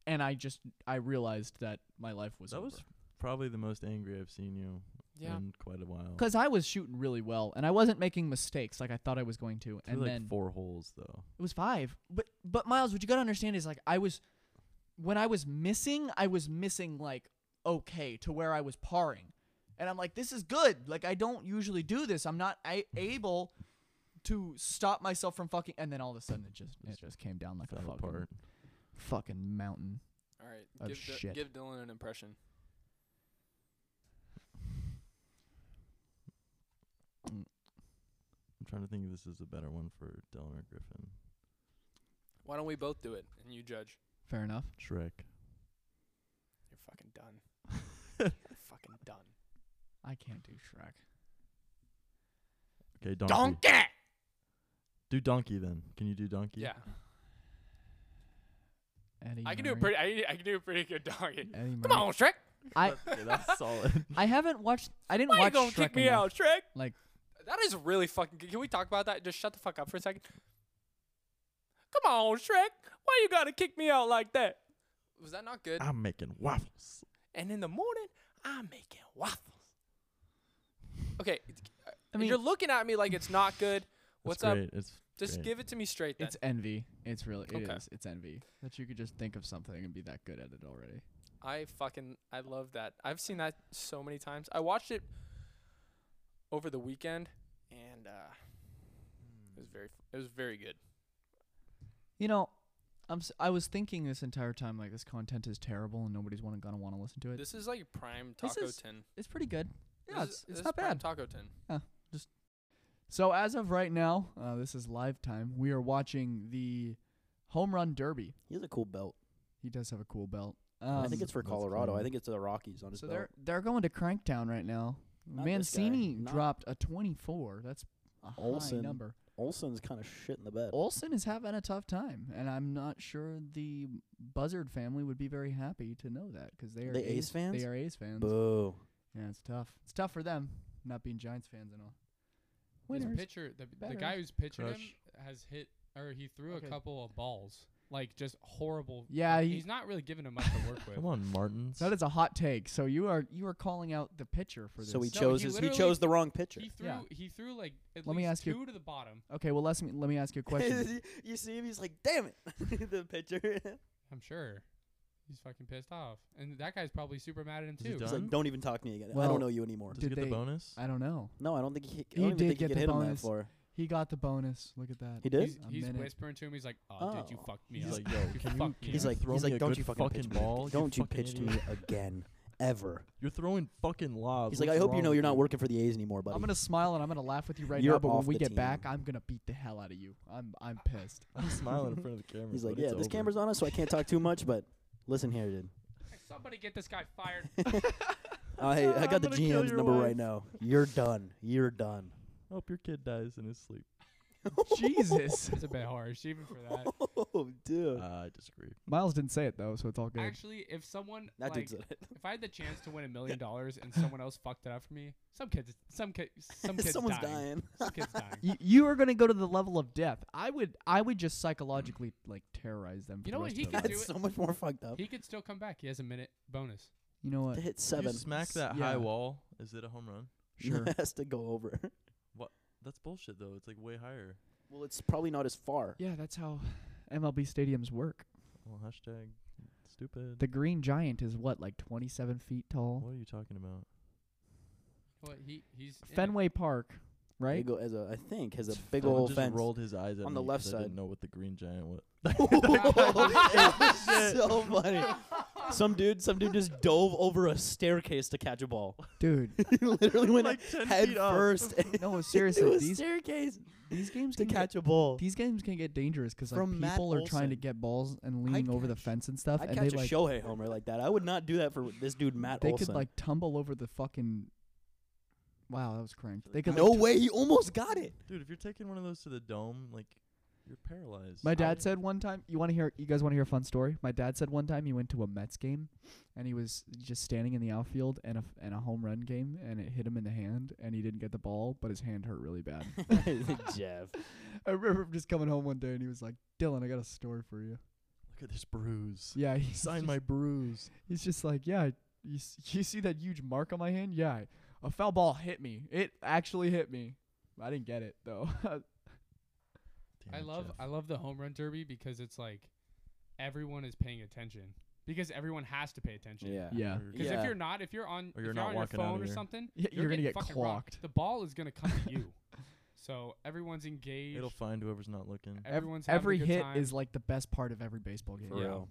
[SPEAKER 1] and I just I realized that my life was
[SPEAKER 2] that
[SPEAKER 1] over.
[SPEAKER 2] was probably the most angry I've seen you
[SPEAKER 4] Yeah.
[SPEAKER 2] in quite a while.
[SPEAKER 1] Because I was shooting really well, and I wasn't making mistakes like I thought I was going to.
[SPEAKER 2] Threw
[SPEAKER 1] And
[SPEAKER 2] like
[SPEAKER 1] then
[SPEAKER 2] four holes though.
[SPEAKER 1] it was five. But but Miles, what you gotta understand is like I was, when I was missing, I was missing like okay to where I was parring, and I'm like this is good. Like I don't usually do this. I'm not I, able to stop myself from fucking. And then all of a sudden it just it just came down like a
[SPEAKER 2] Fell
[SPEAKER 1] fucking
[SPEAKER 2] apart.
[SPEAKER 1] fucking mountain.
[SPEAKER 8] All right,
[SPEAKER 1] Oh,
[SPEAKER 8] give, Dy-
[SPEAKER 1] shit.
[SPEAKER 8] give Dylan an impression.
[SPEAKER 2] I'm trying to think if this is a better one for Dylan or Griffin.
[SPEAKER 8] Why don't we both do it and you judge?
[SPEAKER 1] Fair enough.
[SPEAKER 2] Shrek.
[SPEAKER 8] You're fucking done.
[SPEAKER 1] [laughs]
[SPEAKER 8] You're fucking done.
[SPEAKER 1] I can't do Shrek.
[SPEAKER 2] Okay, donkey.
[SPEAKER 4] Donkey!
[SPEAKER 2] Do donkey then. Can you do donkey?
[SPEAKER 8] Yeah,
[SPEAKER 1] Eddie
[SPEAKER 8] I can do a
[SPEAKER 1] Murray.
[SPEAKER 8] pretty. I, I can do a pretty good donkey.
[SPEAKER 1] Eddie
[SPEAKER 8] Come
[SPEAKER 1] Murray.
[SPEAKER 8] on, Shrek. [laughs]
[SPEAKER 1] I
[SPEAKER 2] Okay, that's solid.
[SPEAKER 1] I haven't watched. I didn't
[SPEAKER 8] Why you
[SPEAKER 1] watch
[SPEAKER 8] gonna
[SPEAKER 1] Shrek
[SPEAKER 8] kick me
[SPEAKER 1] enough.
[SPEAKER 8] out, Shrek?
[SPEAKER 1] Like-
[SPEAKER 8] that is really fucking. Can we talk about that? Just shut the fuck up for a second. Come on, Shrek. Why you gotta kick me out like that? Was that not good?
[SPEAKER 2] I'm making waffles.
[SPEAKER 8] and in the morning, I'm making waffles. Okay,
[SPEAKER 1] I
[SPEAKER 8] I
[SPEAKER 1] mean-
[SPEAKER 8] mean, you're looking at me like it's not good. What's
[SPEAKER 2] That's
[SPEAKER 8] up?
[SPEAKER 2] great. It's
[SPEAKER 8] Just
[SPEAKER 2] great.
[SPEAKER 8] give it to me straight. Then.
[SPEAKER 1] It's envy. It's really it
[SPEAKER 8] Okay.
[SPEAKER 1] is. It's envy that you could just think of something and be that good at it already.
[SPEAKER 8] I fucking I love that. I've seen that so many times. I watched it over the weekend, and uh, it was very it was very good.
[SPEAKER 1] You know, I'm s- I was thinking this entire time like this content is terrible and nobody's wanna, gonna want to listen to it.
[SPEAKER 8] This is like prime
[SPEAKER 1] This
[SPEAKER 8] Taco
[SPEAKER 1] is-
[SPEAKER 8] Tin.
[SPEAKER 1] it's pretty good. Yeah,
[SPEAKER 8] This
[SPEAKER 1] it's,
[SPEAKER 8] is- this
[SPEAKER 1] it's
[SPEAKER 8] is
[SPEAKER 1] not
[SPEAKER 8] prime
[SPEAKER 1] bad.
[SPEAKER 8] Taco Tin.
[SPEAKER 1] So as of right now, uh, this is live time. We are watching the home run derby.
[SPEAKER 6] He has a cool belt.
[SPEAKER 1] He does have a cool belt.
[SPEAKER 6] I
[SPEAKER 1] Um,
[SPEAKER 6] think it's for
[SPEAKER 2] that's
[SPEAKER 6] Colorado. I
[SPEAKER 2] clean.
[SPEAKER 6] think it's the Rockies on his
[SPEAKER 1] so
[SPEAKER 6] belt.
[SPEAKER 1] they're they're going to Cranktown right now.
[SPEAKER 6] Not this guy.
[SPEAKER 1] Mancini
[SPEAKER 6] Not-
[SPEAKER 1] dropped a 24. That's a high
[SPEAKER 6] Olsen.
[SPEAKER 1] number.
[SPEAKER 6] Olson's kind of shit in the bed.
[SPEAKER 1] Olson is having a tough time, and I'm not sure the Buzzard family would be very happy to know that because they are
[SPEAKER 6] They A's fans?
[SPEAKER 1] They are A's fans.
[SPEAKER 6] Boo.
[SPEAKER 1] yeah, it's tough. It's tough for them not being Giants fans and all.
[SPEAKER 7] His
[SPEAKER 1] Winners.
[SPEAKER 7] pitcher, the, the
[SPEAKER 1] better.
[SPEAKER 7] guy who's pitching
[SPEAKER 2] Crush.
[SPEAKER 7] him, has hit or he threw
[SPEAKER 1] Okay.
[SPEAKER 7] a couple of balls, like just horrible.
[SPEAKER 1] Yeah,
[SPEAKER 7] like,
[SPEAKER 1] he-
[SPEAKER 7] he's not really giving him much to
[SPEAKER 1] [laughs]
[SPEAKER 7] work with.
[SPEAKER 2] Come on, Martins.
[SPEAKER 1] That is a hot take. So you are you are calling out the pitcher for this.
[SPEAKER 6] So he
[SPEAKER 7] No,
[SPEAKER 6] chose
[SPEAKER 7] he
[SPEAKER 6] his, he [laughs]
[SPEAKER 7] literally-
[SPEAKER 6] chose the wrong pitcher.
[SPEAKER 7] He threw
[SPEAKER 1] Yeah.
[SPEAKER 7] he threw like at
[SPEAKER 1] Let
[SPEAKER 7] least
[SPEAKER 1] me ask you-
[SPEAKER 7] two to the bottom.
[SPEAKER 1] okay. Well, let me let me ask you a
[SPEAKER 6] [laughs]
[SPEAKER 1] question.
[SPEAKER 6] you see him, he's like, damn it, [laughs] the pitcher.
[SPEAKER 7] I'm sure he's fucking pissed off, and that guy's probably super mad at him
[SPEAKER 2] Is he
[SPEAKER 7] too.
[SPEAKER 6] He's
[SPEAKER 2] done?
[SPEAKER 6] like, don't even talk to me again. I
[SPEAKER 1] Well,
[SPEAKER 6] don't know you anymore.
[SPEAKER 2] Does
[SPEAKER 1] Did
[SPEAKER 2] he get
[SPEAKER 1] they-
[SPEAKER 2] the bonus?
[SPEAKER 1] I don't know.
[SPEAKER 6] No, I don't think he. I
[SPEAKER 1] He
[SPEAKER 6] don't even
[SPEAKER 1] did
[SPEAKER 6] think
[SPEAKER 1] get
[SPEAKER 6] he could
[SPEAKER 1] the
[SPEAKER 6] hit him
[SPEAKER 1] bonus.
[SPEAKER 6] that far.
[SPEAKER 1] He got the bonus. Look at that.
[SPEAKER 6] He did.
[SPEAKER 7] He's,
[SPEAKER 1] A
[SPEAKER 7] he's
[SPEAKER 1] minute.
[SPEAKER 7] whispering to him. He's like, "Oh, dude, you
[SPEAKER 6] Oh.
[SPEAKER 7] fucked me
[SPEAKER 2] He's
[SPEAKER 7] up.
[SPEAKER 2] like, yo,
[SPEAKER 7] you
[SPEAKER 2] can you?
[SPEAKER 7] fucked me
[SPEAKER 2] Can
[SPEAKER 6] He's
[SPEAKER 7] up."
[SPEAKER 6] like-
[SPEAKER 2] throw
[SPEAKER 6] he's
[SPEAKER 2] me
[SPEAKER 6] like,
[SPEAKER 2] a
[SPEAKER 6] "Don't
[SPEAKER 2] good
[SPEAKER 6] you fucking pitch to me.
[SPEAKER 2] ball?
[SPEAKER 6] don't you
[SPEAKER 2] fucking
[SPEAKER 6] pitch to
[SPEAKER 2] idiot.
[SPEAKER 6] me again, [laughs] ever.
[SPEAKER 2] [laughs] You're throwing fucking lobs.
[SPEAKER 6] He's like,
[SPEAKER 2] What's
[SPEAKER 6] I hope you
[SPEAKER 2] wrong
[SPEAKER 6] know
[SPEAKER 2] with
[SPEAKER 6] you're
[SPEAKER 2] [laughs]
[SPEAKER 6] not working for the A's anymore, buddy.
[SPEAKER 1] I'm gonna smile and I'm gonna laugh with you right now,
[SPEAKER 6] You're
[SPEAKER 1] but when
[SPEAKER 6] off
[SPEAKER 1] we
[SPEAKER 6] the
[SPEAKER 1] get
[SPEAKER 6] team.
[SPEAKER 1] back, I'm gonna beat the hell out of you. I'm I'm pissed.
[SPEAKER 2] I'm smiling in front of the camera.
[SPEAKER 6] he's like,
[SPEAKER 2] but
[SPEAKER 6] yeah,
[SPEAKER 2] it's
[SPEAKER 6] this
[SPEAKER 2] over.
[SPEAKER 6] camera's on us, so I can't talk too much, but listen here, dude.
[SPEAKER 7] [laughs] Somebody get this guy fired.
[SPEAKER 2] [laughs]
[SPEAKER 6] Uh, hey, [laughs] I
[SPEAKER 2] I'm
[SPEAKER 6] got the
[SPEAKER 2] gonna kill
[SPEAKER 6] GM's
[SPEAKER 2] your
[SPEAKER 6] number right
[SPEAKER 2] wife.
[SPEAKER 6] now. You're done.
[SPEAKER 2] [laughs]
[SPEAKER 6] You're done.
[SPEAKER 2] Hope your kid dies in his sleep.
[SPEAKER 6] [laughs]
[SPEAKER 1] Jesus.
[SPEAKER 7] It's a bit harsh, even for
[SPEAKER 1] [laughs]
[SPEAKER 7] that.
[SPEAKER 6] Oh, dude.
[SPEAKER 2] I disagree.
[SPEAKER 1] [laughs] Miles didn't say it though, so it's all good.
[SPEAKER 7] Actually, if someone
[SPEAKER 6] That
[SPEAKER 7] like,
[SPEAKER 6] dude's [laughs] it.
[SPEAKER 7] if I had the chance to win a million dollars and someone else fucked it up for me, some kids, some kids,
[SPEAKER 6] [laughs]
[SPEAKER 7] some kids,
[SPEAKER 6] Someone's
[SPEAKER 7] dying.
[SPEAKER 6] dying. [laughs]
[SPEAKER 7] Some kids dying.
[SPEAKER 1] you, you are going to go to the level of death. I would I would just psychologically like terrorize them. For
[SPEAKER 7] You know
[SPEAKER 1] the rest
[SPEAKER 7] what, he
[SPEAKER 1] of their
[SPEAKER 6] [laughs]
[SPEAKER 7] could
[SPEAKER 1] lives.
[SPEAKER 6] That's
[SPEAKER 7] it.
[SPEAKER 6] so much more fucked up.
[SPEAKER 7] He could still come back. He has a minute bonus.
[SPEAKER 1] You know what?
[SPEAKER 6] To hit
[SPEAKER 2] If you
[SPEAKER 6] seven.
[SPEAKER 2] smack
[SPEAKER 6] [laughs]
[SPEAKER 1] S-
[SPEAKER 2] that
[SPEAKER 1] yeah.
[SPEAKER 2] high wall. Is it a home run?
[SPEAKER 1] Sure. [laughs]
[SPEAKER 6] has to go over.
[SPEAKER 2] [laughs] That's bullshit though. It's like way higher.
[SPEAKER 6] Well, it's probably not as far.
[SPEAKER 1] yeah, that's how MLB stadiums work.
[SPEAKER 2] Well, hashtag stupid.
[SPEAKER 1] The Green Giant is what like 27 feet tall.
[SPEAKER 2] what are you talking about?
[SPEAKER 7] What he he's in it.
[SPEAKER 1] Fenway Park, right?
[SPEAKER 6] Big o- as a, I think has a big
[SPEAKER 2] Dylan
[SPEAKER 6] old
[SPEAKER 2] just
[SPEAKER 6] fence. [laughs]
[SPEAKER 2] rolled his eyes at
[SPEAKER 6] on the
[SPEAKER 2] me
[SPEAKER 6] left
[SPEAKER 2] 'cause I
[SPEAKER 6] side.
[SPEAKER 2] didn't know what the green giant was.
[SPEAKER 6] [laughs] It
[SPEAKER 7] [laughs]
[SPEAKER 6] was so funny. Some dude, some dude just dove over a staircase to catch a ball. [laughs]
[SPEAKER 1] Dude,
[SPEAKER 6] he literally went
[SPEAKER 2] Like 10
[SPEAKER 6] head
[SPEAKER 2] feet up.
[SPEAKER 6] first.
[SPEAKER 2] [laughs]
[SPEAKER 6] [laughs]
[SPEAKER 1] no,
[SPEAKER 6] it
[SPEAKER 1] seriously,
[SPEAKER 6] was
[SPEAKER 1] these
[SPEAKER 6] staircase
[SPEAKER 1] these games [laughs]
[SPEAKER 6] [laughs] to
[SPEAKER 1] can
[SPEAKER 6] catch
[SPEAKER 1] get,
[SPEAKER 6] a ball.
[SPEAKER 1] these games can get dangerous cuz like
[SPEAKER 6] From Matt
[SPEAKER 1] people are trying to
[SPEAKER 6] Olson.
[SPEAKER 1] get balls and leaning over the
[SPEAKER 6] catch-
[SPEAKER 1] fence and stuff
[SPEAKER 6] I'd
[SPEAKER 1] and
[SPEAKER 6] catch
[SPEAKER 1] they
[SPEAKER 6] a
[SPEAKER 1] like
[SPEAKER 6] Shohei homer like that. I would not do that for this dude Matt
[SPEAKER 1] they
[SPEAKER 6] Olson.
[SPEAKER 1] could like tumble over the fucking Wow, that was cranked. They could
[SPEAKER 6] no
[SPEAKER 1] like,
[SPEAKER 6] way, he almost
[SPEAKER 1] [laughs]
[SPEAKER 6] got it.
[SPEAKER 2] Dude, if you're taking one of those to the dome, like you're paralyzed.
[SPEAKER 1] My dad said one time, you want to hear you guys want to hear a fun story? My dad said one time he went to a Mets game and he was just standing in the outfield and a and a home run game and it hit him in the hand and he didn't get the ball, but his hand hurt really
[SPEAKER 6] [laughs]
[SPEAKER 1] bad. [laughs]
[SPEAKER 6] Jeff.
[SPEAKER 1] I remember him just coming home one day and he was like, "Dylan, I got a story for you."
[SPEAKER 2] Look at this bruise.
[SPEAKER 1] Yeah, he's
[SPEAKER 2] Sign
[SPEAKER 1] just,
[SPEAKER 2] my bruise.
[SPEAKER 1] [laughs] He's just like, "Yeah, I- you s- you see that huge mark on my hand? Yeah, I, a foul ball hit me. It actually hit me. I didn't get it though. [laughs]
[SPEAKER 7] I
[SPEAKER 2] Damn it,
[SPEAKER 7] love
[SPEAKER 2] Jeff.
[SPEAKER 7] I love the home run derby because it's like everyone is paying attention because everyone has to pay attention.
[SPEAKER 6] Yeah.
[SPEAKER 1] yeah.
[SPEAKER 2] Or-
[SPEAKER 7] Because
[SPEAKER 6] Yeah.
[SPEAKER 7] if you're not, if you're on,
[SPEAKER 2] Or you're
[SPEAKER 7] if
[SPEAKER 2] not
[SPEAKER 7] you're on your
[SPEAKER 2] walking out of
[SPEAKER 7] phone or
[SPEAKER 2] here.
[SPEAKER 7] something,
[SPEAKER 1] Yeah, you're gonna
[SPEAKER 7] getting
[SPEAKER 1] get
[SPEAKER 7] fucking robbed.
[SPEAKER 1] clocked.
[SPEAKER 7] The ball is gonna come to
[SPEAKER 2] [laughs]
[SPEAKER 7] you. So everyone's engaged.
[SPEAKER 2] It'll find whoever's not looking.
[SPEAKER 1] Ev-
[SPEAKER 7] everyone's having a
[SPEAKER 1] every
[SPEAKER 7] good
[SPEAKER 1] hit
[SPEAKER 7] time.
[SPEAKER 1] is like the best part of every baseball game.
[SPEAKER 6] For real.